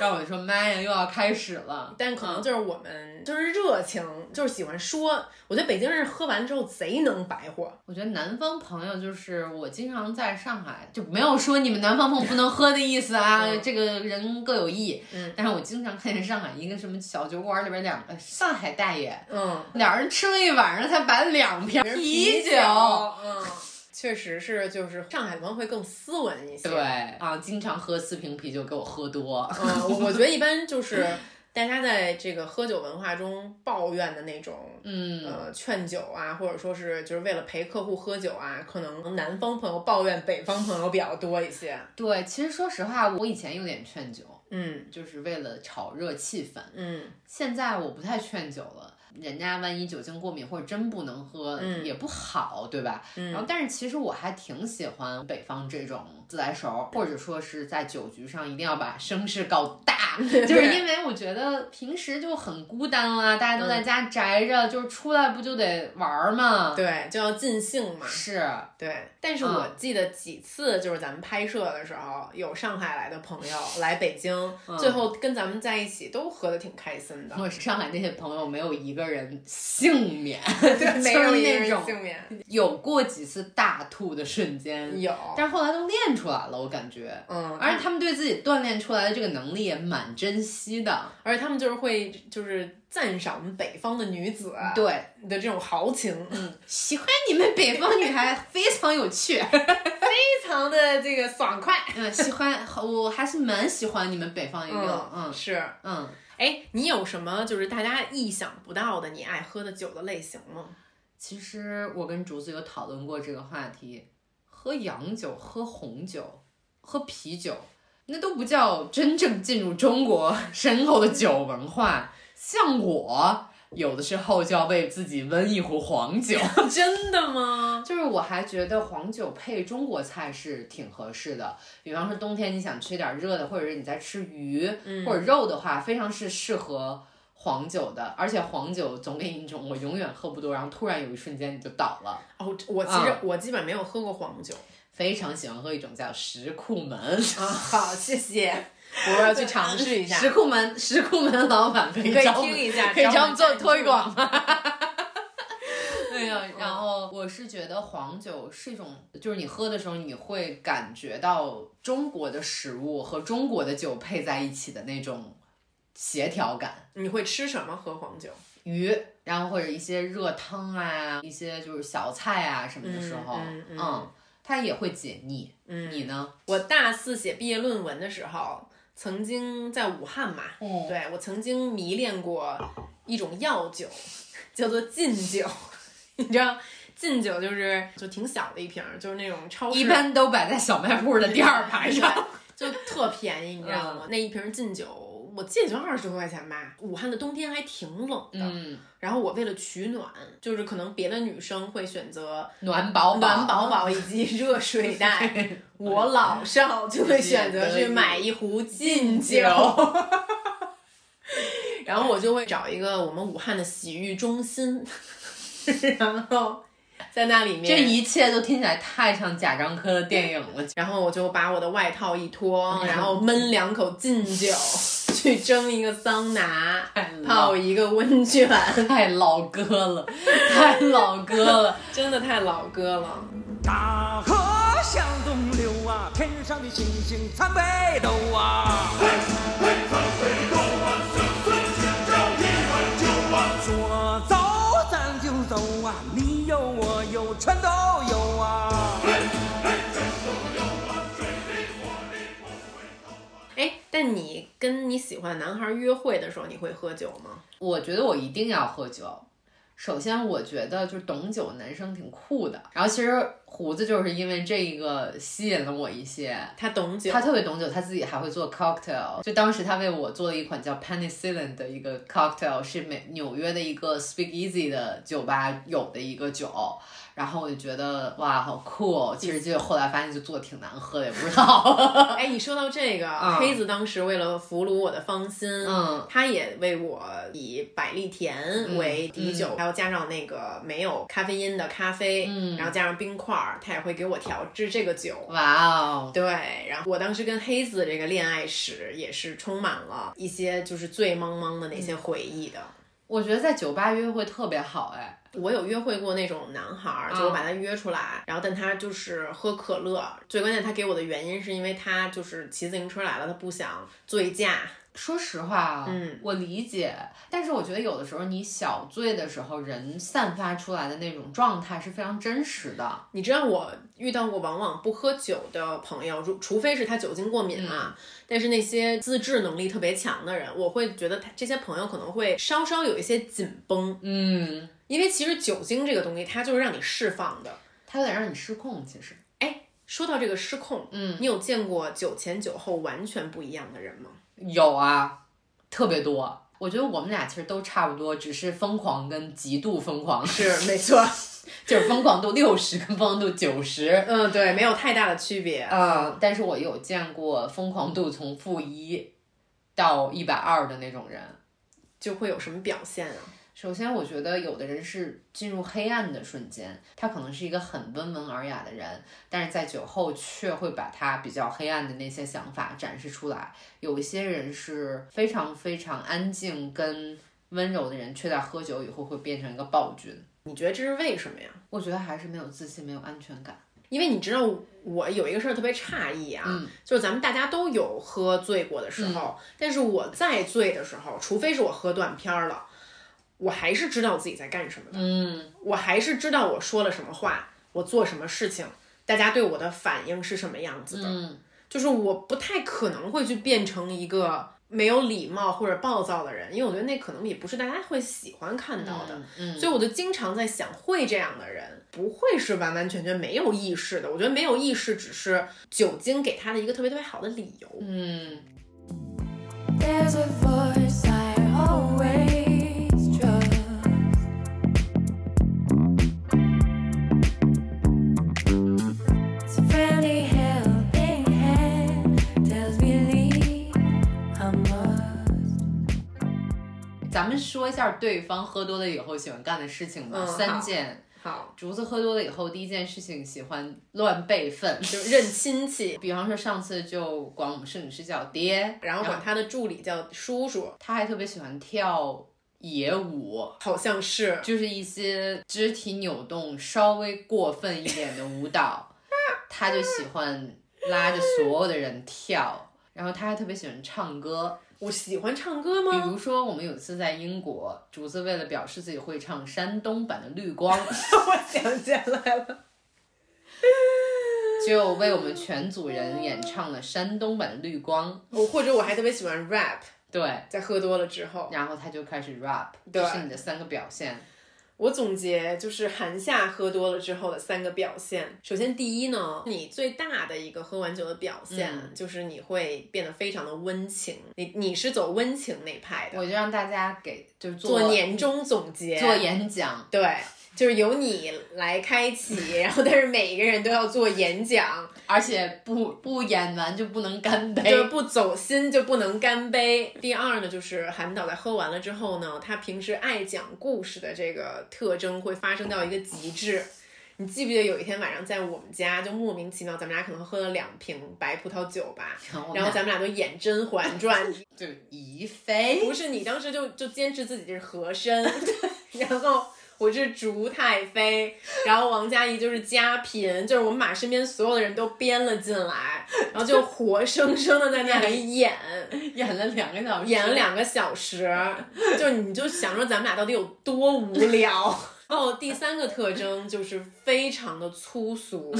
Speaker 3: 然后我就说妈呀，又要开始了。
Speaker 2: 但可能
Speaker 3: 嗯
Speaker 2: 就是我们就是热情，就是喜欢说。我觉得北京人喝完之后贼能白活，
Speaker 3: 我觉得南方朋友就是我经常在上海，就没有说你们南方朋友不能喝的意思啊，
Speaker 2: 嗯
Speaker 3: 这个人各有异。
Speaker 2: 嗯
Speaker 3: 但是我经常看见上海一个什么小酒馆里边两个上海大爷，
Speaker 2: 嗯，
Speaker 3: 俩人吃了一晚上才把两瓶啤酒。
Speaker 2: 嗯，确实是，就是上海可能会更斯文一些。
Speaker 3: 对啊，经常喝四瓶啤酒给我喝多。
Speaker 2: 嗯，我我觉得一般就是大家在这个喝酒文化中抱怨的那种。
Speaker 3: 嗯，
Speaker 2: 呃，劝酒啊，或者说是就是为了陪客户喝酒啊，可能南方朋友抱怨北方朋友比较多一些。
Speaker 3: 对，其实说实话，我以前有点劝酒，
Speaker 2: 嗯
Speaker 3: 就是为了炒热气氛。
Speaker 2: 嗯
Speaker 3: 现在我不太劝酒了，人家万一酒精过敏或者真不能喝，
Speaker 2: 嗯
Speaker 3: 也不好，对吧？然后，
Speaker 2: 嗯
Speaker 3: 但是其实我还挺喜欢北方这种自来熟，或者说是在酒局上一定要把声势搞 大，就是因为我觉得平时就很孤单啦、大家都在家宅着，就是出来不就得玩儿嘛？，
Speaker 2: 嗯对，就要尽兴嘛。
Speaker 3: 是，
Speaker 2: 对，
Speaker 3: 嗯
Speaker 2: 但是我记得几次就是咱们拍摄的时候，有上海来的朋友
Speaker 3: 嗯
Speaker 2: 来北京，最后跟咱们在一起都喝的挺开心的，
Speaker 3: 我上海那些朋友没有一个人幸免，
Speaker 2: 对，没有一个
Speaker 3: 就是那
Speaker 2: 人
Speaker 3: 种嗯
Speaker 2: 幸免，嗯
Speaker 3: 有过几次大吐的瞬间，
Speaker 2: 有，
Speaker 3: 但是后来都练出来了，我感觉。
Speaker 2: 嗯，
Speaker 3: 而
Speaker 2: 而
Speaker 3: 且他们对自己锻炼出来的这个能力也蛮珍惜的，
Speaker 2: 而且他们就是会就是赞赏北方的女子，
Speaker 3: 嗯对，嗯
Speaker 2: 的这种豪情，
Speaker 3: 喜欢你们北方女孩非常有趣，
Speaker 2: 非常的这个爽快，
Speaker 3: 嗯，喜欢，我还是蛮喜欢你们北方一个，嗯
Speaker 2: 是，
Speaker 3: 嗯，
Speaker 2: 哎，你有什么就是大家意想不到的你爱喝的酒的类型 吗？
Speaker 3: 其实我跟竹子有讨论过这个话题，喝洋酒、喝红酒、喝啤酒，那都不叫真正进入中国深厚的酒文化。像我，有的时候就要为自己温一壶黄酒。
Speaker 2: 真的吗？
Speaker 3: 就是我还觉得黄酒配中国菜是挺合适的，比方说冬天你想吃点热的，或者是你在吃鱼、
Speaker 2: 嗯
Speaker 3: 或者肉的话，非常是适合黄酒的。而且黄酒总给你一种我永远喝不多，然后突然有一瞬间你就倒了。
Speaker 2: 哦，我其实
Speaker 3: 啊
Speaker 2: 我基本没有喝过黄酒。
Speaker 3: 非常喜欢喝一种叫石库门，
Speaker 2: 啊，好，谢谢，我要去尝试一下，
Speaker 3: 石库门石库门老板可以
Speaker 2: 可以
Speaker 3: 找我
Speaker 2: 听
Speaker 3: 们
Speaker 2: 一 下
Speaker 3: 可以
Speaker 2: 找
Speaker 3: 找
Speaker 2: 我
Speaker 3: 我
Speaker 2: 们
Speaker 3: 们做
Speaker 2: 赞助
Speaker 3: 推广吗？ 对呀、
Speaker 2: 嗯
Speaker 3: 然后我是觉得黄酒是一种，就是你喝的时候你会感觉到中国的食物和中国的酒配在一起的那种协调感。
Speaker 2: 你会吃什么喝黄酒？
Speaker 3: 鱼，然后或者一些热汤啊，一些就是小菜啊什么的时候，
Speaker 2: 嗯嗯嗯
Speaker 3: 它也会解腻。
Speaker 2: 嗯
Speaker 3: 你呢？
Speaker 2: 我大四写毕业论文的时候，曾经在武汉嘛，
Speaker 3: 嗯
Speaker 2: 对我曾经迷恋过一种药酒， 叫做劲酒， 你知道。劲酒就是就挺小的一瓶儿，就是嗯那种超市
Speaker 3: 一般都摆在小卖部的第嗯二排上。
Speaker 2: 对， 就特便宜，你知道吗？那一瓶劲酒，我记得就二十多块钱吧。武汉的冬天还挺冷的，
Speaker 3: 嗯，
Speaker 2: 然后我为了取暖，就是可能别的女生会选择
Speaker 3: 暖宝宝，
Speaker 2: 暖宝宝以及热水袋， 我老少就会选择去买一壶劲酒。然后我就会找一个我们武汉的洗浴中心，然后在那里面，
Speaker 3: 这一切都听起来太像贾樟柯的电影了。
Speaker 2: 然后我就把我的外套一
Speaker 3: 哎
Speaker 2: 脱，然后闷两口劲酒，去蒸一个桑拿
Speaker 3: 太，冷
Speaker 2: 泡一个温 泉，
Speaker 3: 太老歌了， 太老歌了。
Speaker 2: 真的太老歌了。
Speaker 4: 大河向东流
Speaker 6: 啊，天上的星星参北斗啊。说走咱就走啊，你有我有全都有啊。
Speaker 2: 哎，但你跟你喜欢的男孩约会的时候，你会喝酒吗？
Speaker 3: 我觉得我一定要喝酒。首先，我觉得就是懂酒男生挺酷的。然后，其实胡子就是因为这一个吸引了我一些。
Speaker 2: 他懂酒，
Speaker 3: 他特别懂酒，他自己还会做 cocktail。就当时他为我做了一款叫 penicillin 的一个 cocktail，是美纽约的一个 speakeasy 的酒吧有的一个酒。然后我就觉得哇，好酷、哦！其实就后来发现就做的挺难喝的，也不知道。
Speaker 2: 哎，你说到这个，
Speaker 3: 嗯
Speaker 2: 黑子当时为了俘虏我的芳心，
Speaker 3: 嗯
Speaker 2: 他也为我以百利甜为底酒，还要加上那个没有咖啡因的咖啡，
Speaker 3: 嗯
Speaker 2: 然后加上冰块儿，他也会给我调制这个酒。
Speaker 3: 哇哦，
Speaker 2: 对，然后我当时跟黑子这个恋爱史也是充满了一些就是醉茫茫的那些回忆的。
Speaker 3: 我觉得在酒吧约会特别好哎。
Speaker 2: 我有约会过那种男孩儿，就我把他约出来，然后但他就是喝可乐，最关键他给我的原因是因为他就是骑自行车来了，他不想醉驾，
Speaker 3: 说实话啊，
Speaker 2: 嗯
Speaker 3: 我理解，但是我觉得有的时候你小醉的时候，人散发出来的那种状态是非常真实的。
Speaker 2: 你知道我遇到过往往不喝酒的朋友，如除非是他酒精过敏啊，但是那些自制能力特别强的人，我会觉得他这些朋友可能会稍稍有一些紧绷，
Speaker 3: 嗯，
Speaker 2: 因为其实酒精这个东西，它就是让你释放的。
Speaker 3: 它有点让你失控，其实。
Speaker 2: 哎，说到这个失控，
Speaker 3: 嗯
Speaker 2: 你有见过酒前酒后完全不一样的人吗？
Speaker 3: 有啊，特别多。我觉得我们俩其实都差不多，只是疯狂跟极度疯狂，
Speaker 2: 是，没错，
Speaker 3: 就是疯狂度六十跟疯狂度九十。
Speaker 2: 嗯，对，没有太大的区别。
Speaker 3: 嗯，但是我有见过疯狂度从负一到一百二的那种人。
Speaker 2: 就会有什么表现啊？
Speaker 3: 首先，我觉得有的人是进入黑暗的瞬间，他可能是一个很温文尔雅的人，但是在酒后却会把他比较黑暗的那些想法展示出来。有一些人是非常非常安静跟温柔的人，却在喝酒以后会变成一个暴君。
Speaker 2: 你觉得这是为什么呀？
Speaker 3: 我觉得还是没有自信，没有安全感。
Speaker 2: 因为你知道我有一个事儿特别诧异啊，
Speaker 3: 嗯
Speaker 2: 就是咱们大家都有喝醉过的时候，但是我再醉的时候，除非是我喝断片儿了，我还是知道自己在干什么的，
Speaker 3: 嗯，
Speaker 2: 我还是知道我说了什么话，我做什么事情，大家对我的反应是什么样子的，
Speaker 3: 嗯
Speaker 2: 就是我不太可能会去变成一个。没有礼貌或者暴躁的人，因为我觉得那可能也不是大家会喜欢看到的。
Speaker 3: 嗯，
Speaker 2: 所以我就经常在想，会这样的人不会是完完全全没有意识的。我觉得没有意识只是酒精给他的一个特别特别好的理由。
Speaker 3: 嗯，
Speaker 7: There's a voice I always trust. It's a friendly helping hand tells me leave I must.
Speaker 3: 咱们说一下对方喝多了以后喜欢干的事情吧，
Speaker 2: 嗯好
Speaker 3: 三件。
Speaker 2: 好，
Speaker 3: 竹子喝多了以后，第一件事情喜欢乱辈分，
Speaker 2: 就认亲戚，
Speaker 3: 比方说上次就管我们摄影师叫爹，
Speaker 2: 然后管他的助理叫叔叔，
Speaker 3: 他还特别喜欢跳野舞，
Speaker 2: 好像是。
Speaker 3: 就是一些肢体扭动稍微过分一点的舞 蹈，他就喜欢拉着所有的人跳。然后他还特别喜欢唱歌，
Speaker 2: 我喜欢唱歌
Speaker 3: 比
Speaker 2: 吗？
Speaker 3: 如说我们有一次在英国，竹子为了表示自己会唱山东版的《绿光》，
Speaker 2: 我想起来了，
Speaker 3: 就为我们全组人演唱了山东版的《绿光》。
Speaker 2: 我或者我还特别喜欢 rap，
Speaker 3: 对，
Speaker 2: 在喝多了之后。
Speaker 3: 然后他就开始 rap，
Speaker 2: 对
Speaker 3: 这是你的三个表现。
Speaker 2: 我总结就是寒夏喝多了之后的三个表现。首先，第一呢，你最大的一个喝完酒的表现、
Speaker 3: 嗯
Speaker 2: 就是你会变得非常的温情。你你是走温情那派的，
Speaker 3: 我就让大家给就是做
Speaker 2: 做年终总结，
Speaker 3: 做演讲，
Speaker 2: 对。就是由你来开启，然后但是每个人都要做演讲，
Speaker 3: 而且不不演完就不能干
Speaker 2: 就是
Speaker 3: 杯。
Speaker 2: 不走心就不能干杯。第二呢，就是韩导在喝完了之后呢，他平时爱讲故事的这个特征会发生到一个极致。你记不记得有一天晚上在我们家就莫名其妙，咱们俩可能喝了两瓶白葡萄酒 吧，
Speaker 3: 然后
Speaker 2: 然后咱们俩都眼 睁还转，
Speaker 3: 就一飞哎
Speaker 2: 不是你当时就就坚持自己是和珅， 然后我是竹太妃，然后王佳怡就是佳嫔，就是我们把身边所有的人都编了进来，然后就活生生的在那里演，
Speaker 3: 演了两个小时，
Speaker 2: 演了两个小时，就你就想说咱们俩到底有多无聊。 然后第三个特征就是非常的粗 俗，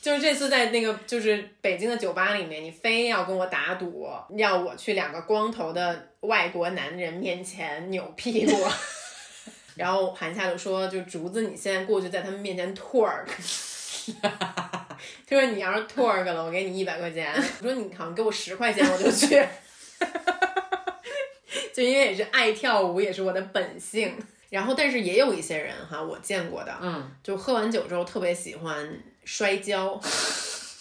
Speaker 2: 就是这次在那个就是北京的酒吧里面，你非要跟我打赌，要我去两个光头的外国男人面前扭屁股。然后韩夏就说：“就竹子，你现在过去在他们面前 twerk。”他说：“你要是 twerk 了，我给你一百块钱。”我说：“你好像给我十块钱，我就去。” 就因为也是爱跳舞，也是我的本性。然后，但是也有一些人哈，我见过的，
Speaker 3: 嗯，
Speaker 2: 就喝完酒之后特别喜欢摔跤，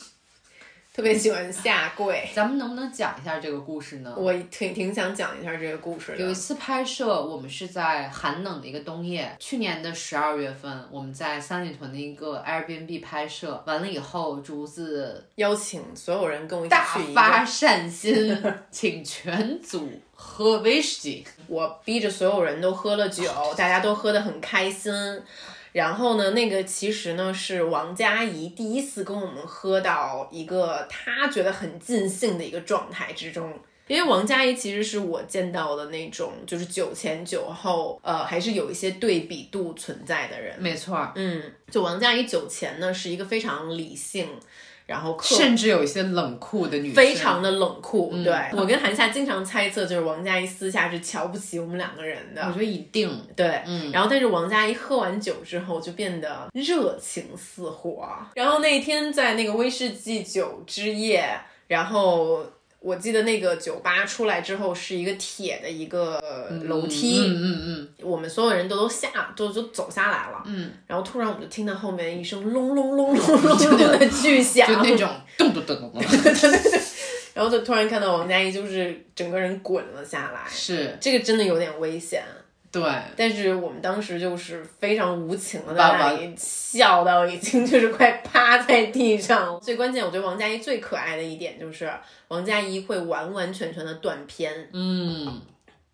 Speaker 2: 特别喜欢下跪。
Speaker 3: 咱们能不能讲一下这个故事呢？
Speaker 2: 我挺挺想讲一下这个故事
Speaker 3: 有一
Speaker 2: 的。
Speaker 3: 次拍摄，我们是在寒冷的一个冬夜，去年的十二月份，我们在三里屯的一个 Airbnb 拍摄，完了以后，竹子
Speaker 2: 邀请所有人跟我一起
Speaker 3: 大
Speaker 2: 去一
Speaker 3: 发
Speaker 2: 个，
Speaker 3: 善心， 请全组喝威士忌。
Speaker 2: 我逼着所有人都喝了酒，大家都喝得很开心。然后呢，那个其实呢是王佳怡第一次跟我们喝到一个她觉得很尽兴的一个状态之中。因为王佳怡其实是我见到的那种，就是酒前酒后，呃，还是有一些对比度存在的人。
Speaker 3: 没错儿，
Speaker 2: 嗯，就王佳怡酒前呢是一个非常理性，然后客
Speaker 3: 甚至有一些冷酷的女生，
Speaker 2: 非常的冷酷。
Speaker 3: 嗯
Speaker 2: 对我跟韩夏经常猜测，就是王佳怡私下是瞧不起我们两个人
Speaker 3: 我
Speaker 2: 的
Speaker 3: 觉。得一定
Speaker 2: 对，
Speaker 3: 嗯
Speaker 2: 然后但是王佳怡喝完酒之后就变得热情似火。然后那天在那个威士忌酒之夜，然后我记得那个酒吧出来之后是一个铁的一个呃楼梯，
Speaker 3: 嗯嗯嗯
Speaker 2: 我们所有人都都下都都走下来了，
Speaker 3: 嗯，
Speaker 2: 然后突然我们就听到后面一声隆隆隆隆隆隆的巨响，
Speaker 3: 就那种咚咚咚咚咚，
Speaker 2: 然后就突然看到王佳怡就是整个人滚了下来，
Speaker 3: 是
Speaker 2: 这个真的有点危险。
Speaker 3: 对，
Speaker 2: 但是我们当时就是非常无情的在那
Speaker 3: 把
Speaker 2: 里笑到已经就是快趴在地上了。最关键，我觉得王佳怡最可爱的一点就是王佳怡会完完全全的断片，
Speaker 3: 嗯，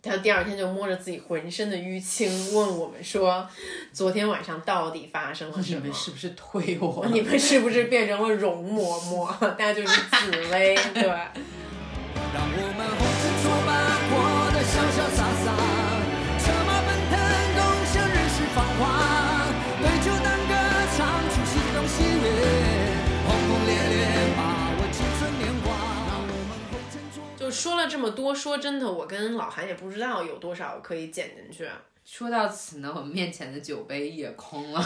Speaker 2: 他第二天就摸着自己浑身的淤青，问我们说：“昨天晚上到底发生了
Speaker 3: 你
Speaker 2: 什么
Speaker 3: 们？是不是推我？
Speaker 2: 你们是不是变成了容嬷嬷？ 那就是紫薇，对。
Speaker 4: 让我们红尘作伴，活得潇潇洒洒，策马奔腾，共享人世繁华。对酒当歌，唱出心中喜悦，轰轰烈烈，把握青春年华。让我们红尘作伴。
Speaker 2: 就说了这么多，说真的，我跟老韩也不知道有多少可以剪进去。啊
Speaker 3: 说到此呢，我们面前的酒杯也空 了。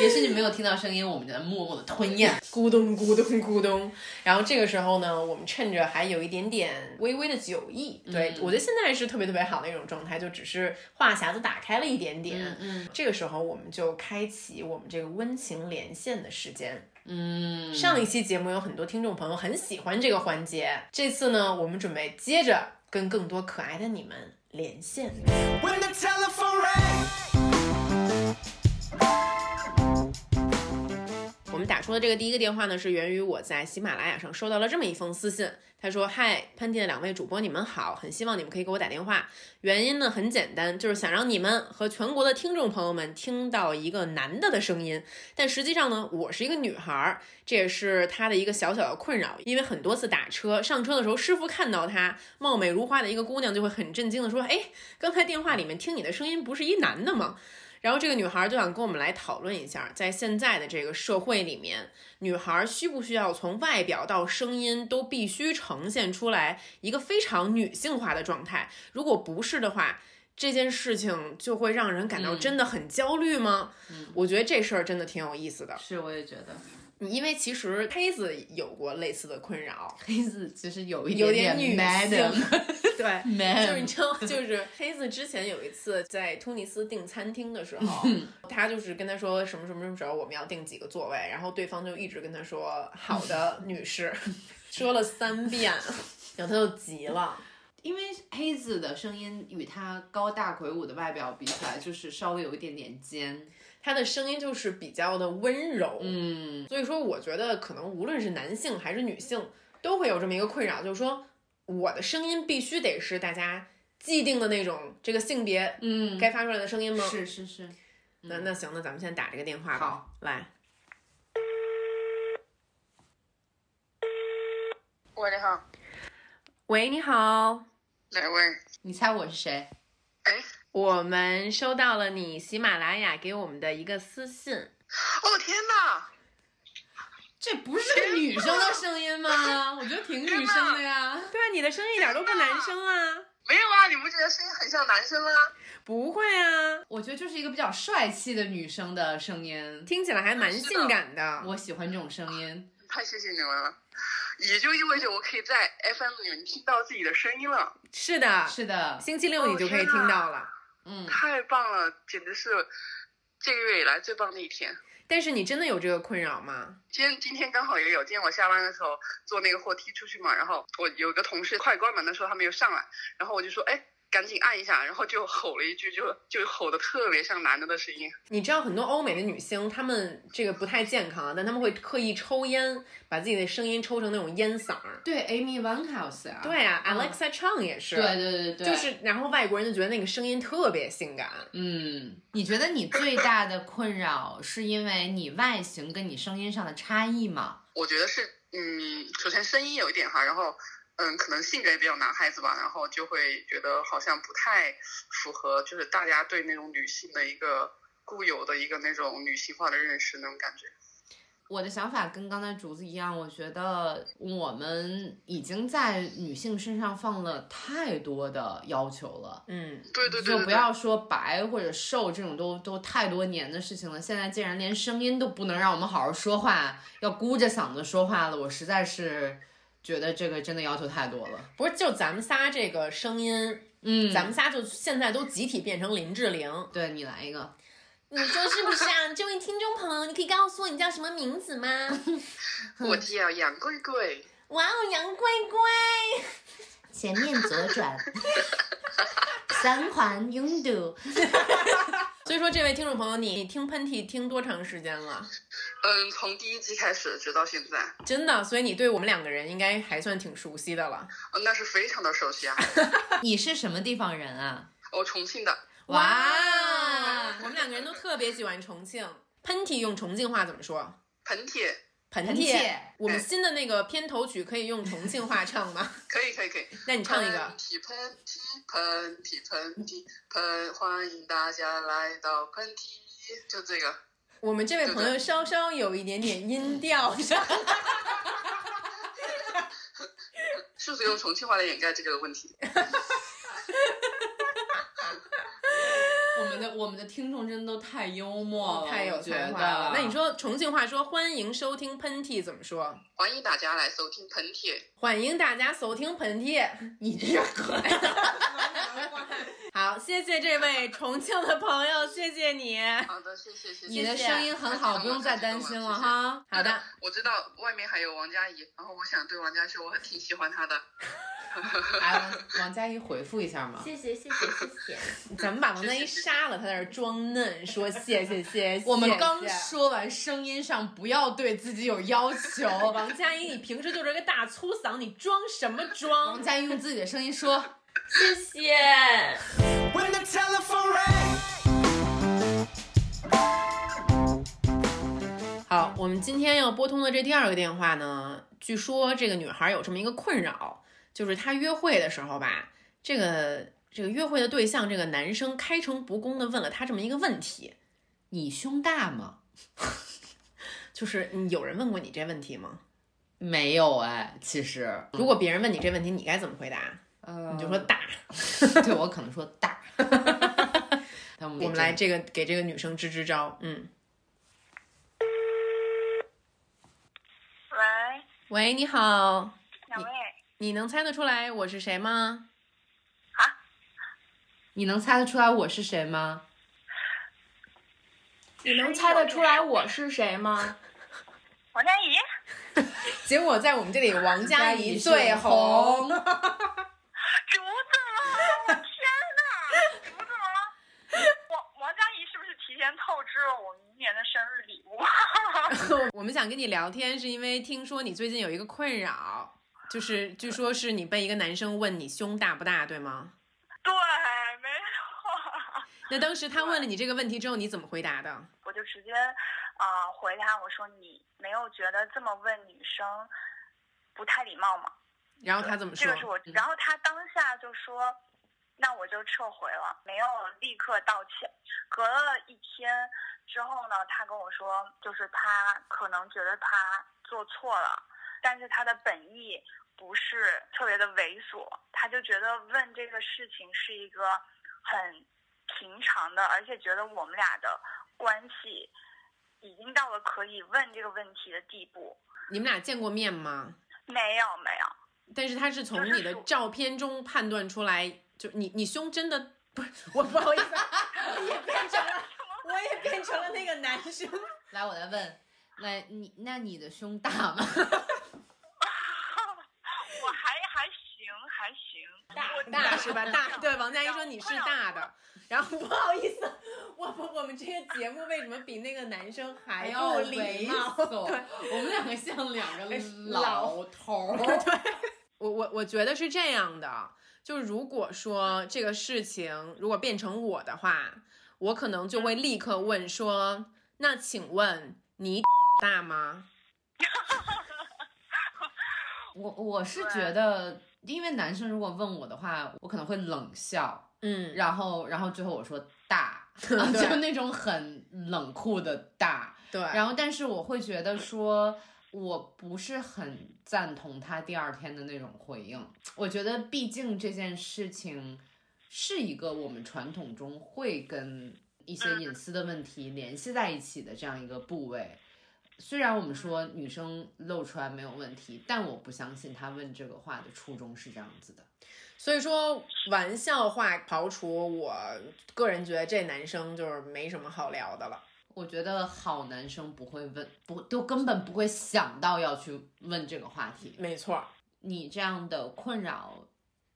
Speaker 3: 也许你没有听到声音，我们在默默的吞咽。
Speaker 2: 咕咚咕咚咕咚。然后这个时候呢，我们趁着还有一点点微微的酒意，对、我觉得现在是特别特别好的一种状态，就只是话匣子打开了一点点。嗯，这个时候我们就开启我们这个温情连线的时间。嗯，上一期节目有很多听众朋友很喜欢这个环节，这次呢，我们准备接着跟更多可爱的你们连线。
Speaker 4: When the telephone rang。
Speaker 2: 我们打出的这个第一个电话呢，是源于我在喜马拉雅上收到了这么一封私信。他说：“嗨，潘店的两位主播，你们好，很希望你们可以给我打电话。原因呢很简单，就是想让你们和全国的听众朋友们听到一个男的的声音。但实际上呢，我是一个女孩儿，这也是他的一个小小的困扰。因为很多次打车上车的时候，师傅看到她貌美如花的一个姑娘，就会很震惊的说：‘哎，刚才电话里面听你的声音不是一男的吗？’然后这个女孩就想跟我们来讨论一下，在现在的这个社会里面，女孩需不需要从外表到声音都必须呈现出来一个非常女性化的状态？如果不是的话，这件事情就会让人感到真的很焦虑吗？我觉得这事儿真的挺有意思的，
Speaker 3: 是，我也觉得
Speaker 2: 因为其实黑子有过类似的困扰，
Speaker 3: 黑子其实有一
Speaker 2: 有
Speaker 3: 点
Speaker 2: 女
Speaker 3: madam
Speaker 2: 性，对。就是
Speaker 3: madam
Speaker 2: 你知道，就是黑子之前有一次在突尼斯订餐厅的时候，
Speaker 3: 嗯
Speaker 2: 他就是跟他说什么什么什么时候我们要订几个座位，然后对方就一直跟他说好 的，女士，说了三遍，然后他就急了。
Speaker 3: 因为黑子的声音与他高大魁梧的外表比起来，就是稍微有一点点尖。
Speaker 2: 他的声音就是比较的温柔，
Speaker 3: 嗯，
Speaker 2: 所以说我觉得可能无论是男性还是女性，都会有这么一个困扰，就是说我的声音必须得是大家既定的那种这个性别
Speaker 3: 嗯，
Speaker 2: 该发出来的声音吗？
Speaker 3: 是是是，
Speaker 2: 那那行，那咱们先打这个电话吧。
Speaker 3: 好，
Speaker 2: 来，
Speaker 8: 喂，你好，
Speaker 2: 喂，你好，
Speaker 8: 哪位？
Speaker 3: 你猜我是谁？
Speaker 8: 哎，
Speaker 2: 我们收到了你喜马拉雅给我们的一个私信，
Speaker 8: 哦天哪！
Speaker 3: 这不是个女生的声音吗？我觉得挺女生的呀。
Speaker 2: 对啊，你的声音一点都不男生啊，
Speaker 8: 没有啊，你不觉得声音很像男生啊吗？
Speaker 2: 不会啊，
Speaker 3: 我觉得就是一个比较帅气的女生的声音，
Speaker 2: 听起来还蛮性感的。
Speaker 3: 我喜欢这种声音。
Speaker 8: 太谢谢你们了，也就意味着我可以在 FM 里面听到自己的声音了，
Speaker 2: 是的，
Speaker 3: 是的，哦
Speaker 2: 星期六你就可以听到了。
Speaker 3: 嗯，
Speaker 8: 太棒了，简直是这个月以来最棒的一天。
Speaker 2: 但是你真的有这个困扰吗？
Speaker 8: 今天今天刚好也有，今天我下班的时候坐那个货梯出去嘛，然后我有个同事快关门的时候他没有上来，然后我就说哎。赶紧按一下，然后就吼了一句，就就吼的特别像男的的声音。
Speaker 2: 你知道很多欧美的女星，她们这个不太健康啊，但她们会刻意抽烟，把自己的声音抽成那种烟嗓儿。
Speaker 3: 对，Amy Winehouse 啊，
Speaker 2: 对啊、
Speaker 3: 嗯
Speaker 2: a l e x a Chang 也是，
Speaker 3: 对对对对，
Speaker 2: 就是，然后外国人就觉得那个声音特别性感。
Speaker 3: 嗯，你觉得你最大的困扰是因为你外形跟你声音上的差异吗？
Speaker 8: 我觉得是，嗯，首先声音有一点哈，然后，嗯，可能性格也比较男孩子吧，然后就会觉得好像不太符合，就是大家对那种女性的一个固有的一个那种女性化的认识那种感觉。
Speaker 3: 我的想法跟刚才竹子一样，我觉得我们已经在女性身上放了太多的要求了。
Speaker 2: 嗯，
Speaker 8: 对对对对
Speaker 3: 就不要说白或者瘦这种都都太多年的事情了。现在竟然连声音都不能让我们好好说话，要箍着嗓子说话了，我实在是觉得这个真的要求太多了。
Speaker 2: 不是，就咱们仨这个声音，
Speaker 3: 嗯，
Speaker 2: 咱们仨就现在都集体变成林志 玲。
Speaker 3: 对你来一个，
Speaker 2: 你说是不是啊？这位听众朋友，你可以告诉我你叫什么名字 吗？
Speaker 8: 对
Speaker 2: 嗯
Speaker 8: 我叫杨贵贵，
Speaker 2: 哇哦，杨贵贵，
Speaker 7: 前面左转，三环拥堵。
Speaker 2: 所以说，这位听众朋友，你你听喷嚏听多长时间了？
Speaker 8: 嗯，从第一季开始直到现在，
Speaker 2: 真的，所以你对我们两个人应该还算挺熟悉的了。
Speaker 8: 嗯那是非常的熟悉啊。
Speaker 3: 你是什么地方人啊？
Speaker 8: 我重庆的，
Speaker 2: 哇，我们两个人都特别喜欢重庆。喷嚏用重庆话怎么说？
Speaker 8: 喷嚏，
Speaker 2: 喷
Speaker 3: 喷嚏哎
Speaker 2: 我们新的那个片头曲可以用重庆话唱吗？
Speaker 8: 可以可以可以。
Speaker 2: 那你唱一个
Speaker 3: 呃
Speaker 8: 喷。嚏喷嚏喷嚏喷嚏喷，欢迎大家来到喷嚏，就这个。
Speaker 2: 我们这位朋友稍稍有一点点音调 上，
Speaker 8: 是不是用重庆话来掩盖这个问题？
Speaker 3: 我们的我们的听众真的都太幽默了，
Speaker 2: 太有
Speaker 3: 哦我觉
Speaker 2: 才
Speaker 3: 得
Speaker 2: 华了。那你说重庆话说欢迎收听喷嚏怎么说？
Speaker 8: 欢迎大家来收听喷嚏。
Speaker 2: 欢迎大家收听喷嚏。
Speaker 3: 你 这是鬼？
Speaker 2: 好，谢谢这位重庆的朋友，谢谢你。
Speaker 8: 好的，谢谢谢谢。
Speaker 3: 你的声音很好，不用再担心了哈。
Speaker 2: 好的，
Speaker 8: 我知道外面还有王佳怡，然后我想对王佳怡说，我很挺喜欢她的。
Speaker 3: 来，王王佳怡回复一下嘛。
Speaker 5: 谢谢谢谢谢谢。
Speaker 2: 咱们把王佳一杀了，他在那儿装嫩，说谢谢谢谢。
Speaker 3: 我们刚
Speaker 2: 谢谢
Speaker 3: 说完声音上不要对自己有要求。
Speaker 2: 王佳怡，你平时就是个大粗嗓，你装什么
Speaker 3: 王
Speaker 2: 装？
Speaker 3: 佳怡用自己的声音说
Speaker 2: 谢谢。
Speaker 6: When the telephone rang，
Speaker 2: 好，我们今天要拨通的这第二个电话呢，据说这个女孩有这么一个困扰，就是她约会的时候吧，这个这个约会的对象这个男生开诚布公的问了她这么一个问题，：“
Speaker 3: 你胸大吗
Speaker 2: 就是嗯有人问过你这问题吗？？”
Speaker 3: 没有哎，其实，
Speaker 2: 如果别人问你这问题，你该怎么回答？
Speaker 3: 呃
Speaker 2: 你就说大。
Speaker 3: 对我可能说 大。那我们
Speaker 2: 我们来这个给这个女生支支招，嗯。
Speaker 8: 喂，
Speaker 2: 喂，你好，
Speaker 8: 两位，
Speaker 2: 你能猜得出来我是谁吗？
Speaker 3: 你能猜得出来我是谁吗？
Speaker 9: 你能猜得出来我是谁吗？
Speaker 8: 王佳怡，
Speaker 2: 结果在我们这里，王佳怡
Speaker 3: 王佳怡
Speaker 2: 最
Speaker 3: 是
Speaker 2: 红
Speaker 3: 红。
Speaker 8: 竹子吗？我天哪，竹子吗？王王佳怡是不是提前透支了我明年的生日礼物？
Speaker 2: 我们想跟你聊天，是因为听说你最近有一个困扰，就是据说是你被一个男生问你胸大不大，对吗？
Speaker 8: 对，
Speaker 2: 那当时他问了你这个问题之后，你怎么回答的？
Speaker 10: 我就直接啊、呃回他我说你没有觉得这么问女生不太礼貌吗？
Speaker 2: 然后他怎么
Speaker 10: 这
Speaker 2: 说嗯
Speaker 10: 个？是我，然后他当下就说，那我就撤回了，没有立刻道歉。隔了一天之后呢，他跟我说，就是他可能觉得他做错了，但是他的本意不是特别的猥琐，他就觉得问这个事情是一个很平常的，而且觉得我们俩的关系已经到了可以问这个问题的地步。
Speaker 2: 你们俩见过面吗？
Speaker 10: 没有，没有。
Speaker 2: 但是他是从
Speaker 10: 就是
Speaker 2: 你的
Speaker 10: 说
Speaker 2: 照片中判断出来，就你你胸真的不是我不好意思啊，我也变成了我也变成了那个男 生，
Speaker 3: 来，我来问，来你那你的胸大吗？
Speaker 10: 我还还行，还行。我
Speaker 2: 大是吧？大对，王佳怡说你是大的，然后不好意思，我不我们这个节目为什么比那个男生还不
Speaker 3: 要
Speaker 2: 礼
Speaker 3: 猥
Speaker 2: 貌？对
Speaker 3: 琐，我们两个像两个老头 儿。
Speaker 2: 我我我觉得是这样的，就是如果说这个事情如果变成我的话，我可能就会立刻问说，那请问你大吗？
Speaker 3: 我我是觉得，因为男生如果问我的话，我可能会冷笑，
Speaker 2: 嗯，
Speaker 3: 然后然后最后我说大， 就那种很冷酷的大。
Speaker 2: 对，然
Speaker 3: 然后，但是我会觉得说，我不是很赞同他第二天的那种回应。我觉得，毕竟这件事情是一个我们传统中会跟一些隐私的问题联系在一起的这样一个部位。虽然我们说女生露出来没有问题，但我不相信他问这个话的初衷是这样子的。
Speaker 2: 所以说，玩笑话刨除，我个人觉得这男生就是没什么好聊的了。
Speaker 3: 我觉得好男生不会问，不都根本不会想到要去问这个话题。
Speaker 2: 没错，
Speaker 3: 你这样的困扰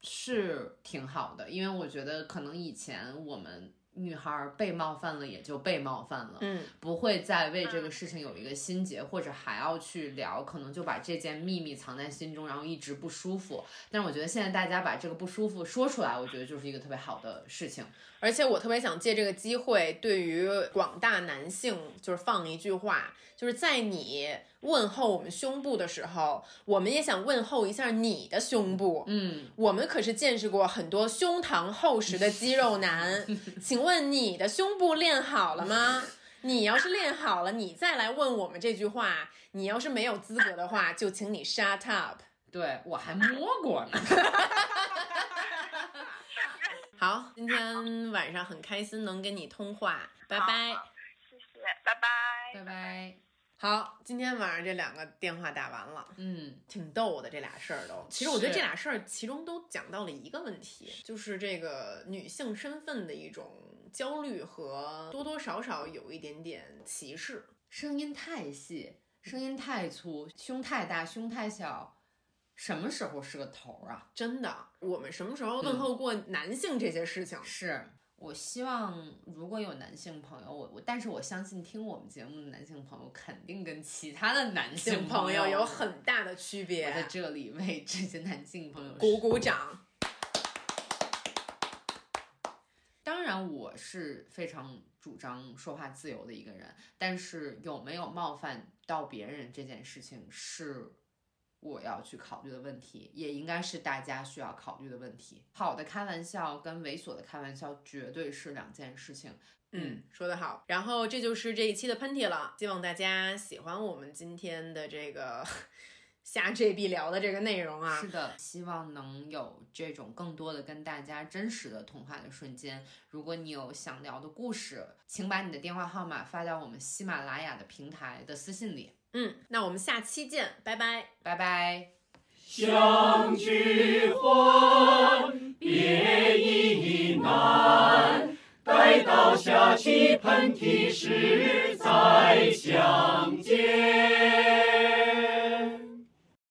Speaker 3: 是挺好的，因为我觉得可能以前我们女孩儿被冒犯了也就被冒犯了，
Speaker 2: 嗯，
Speaker 3: 不会再为这个事情有一个心结，或者还要去聊，可能就把这件秘密藏在心中，然后一直不舒服。但是我觉得现在大家把这个不舒服说出来，我觉得就是一个特别好的事情。
Speaker 2: 而且我特别想借这个机会，对于广大男性就是放一句话，就是在你问候我们胸部的时候，我们也想问候一下你的胸部。
Speaker 3: 嗯，
Speaker 2: 我们可是见识过很多胸膛厚实的肌肉男，请问你的胸部练好了吗？你要是练好了，你再来问我们这句话；你要是没有资格的话，就请你 shut up。
Speaker 3: 对我还摸过呢。
Speaker 2: 好，今天晚上很开心能跟你通话，拜拜。
Speaker 10: 谢谢，拜拜。
Speaker 3: 拜拜。
Speaker 2: 好，今天晚上这两个电话打完了，
Speaker 3: 嗯，
Speaker 2: 挺逗的这俩事儿都。其实我觉得
Speaker 3: 是
Speaker 2: 这俩事儿其中都讲到了一个问题，就是这个女性身份的一种焦虑和多多少少有一点点歧视。
Speaker 3: 声音太细，声音太粗，胸太大，胸太小，什么时候是个头儿啊？
Speaker 2: 真的，我们什么时候问候过男性这些事情？
Speaker 3: 是我希望如果有男性朋友，我我，但是我相信听我们节目的男性朋友肯定跟其他的男
Speaker 2: 性
Speaker 3: 性
Speaker 2: 朋友
Speaker 3: 友
Speaker 2: 有很大的区
Speaker 3: 我在
Speaker 2: 别。
Speaker 3: 这里为这些男性朋友
Speaker 2: 鼓鼓掌，嗯
Speaker 3: 当然，我是非常主张说话自由的一个人，但是有没有冒犯到别人这件事情是我要去考虑的问题，也应该是大家需要考虑的问题。好的开玩笑跟猥琐的开玩笑绝对是两件事情。
Speaker 2: 嗯，说得好。然后这就是这一期的喷嚏了，希望大家喜欢我们今天的这个 瞎 JB 聊的这个内容啊。
Speaker 3: 是的，希望能有这种更多的跟大家真实的通话的瞬间。如果你有想聊的故事，请把你的电话号码发到我们喜马拉雅的平台的私信里。
Speaker 2: 嗯，那我们下期见，拜拜。
Speaker 3: 拜拜。
Speaker 1: 相聚欢，别亦难。待到下期喷嚏时再相见。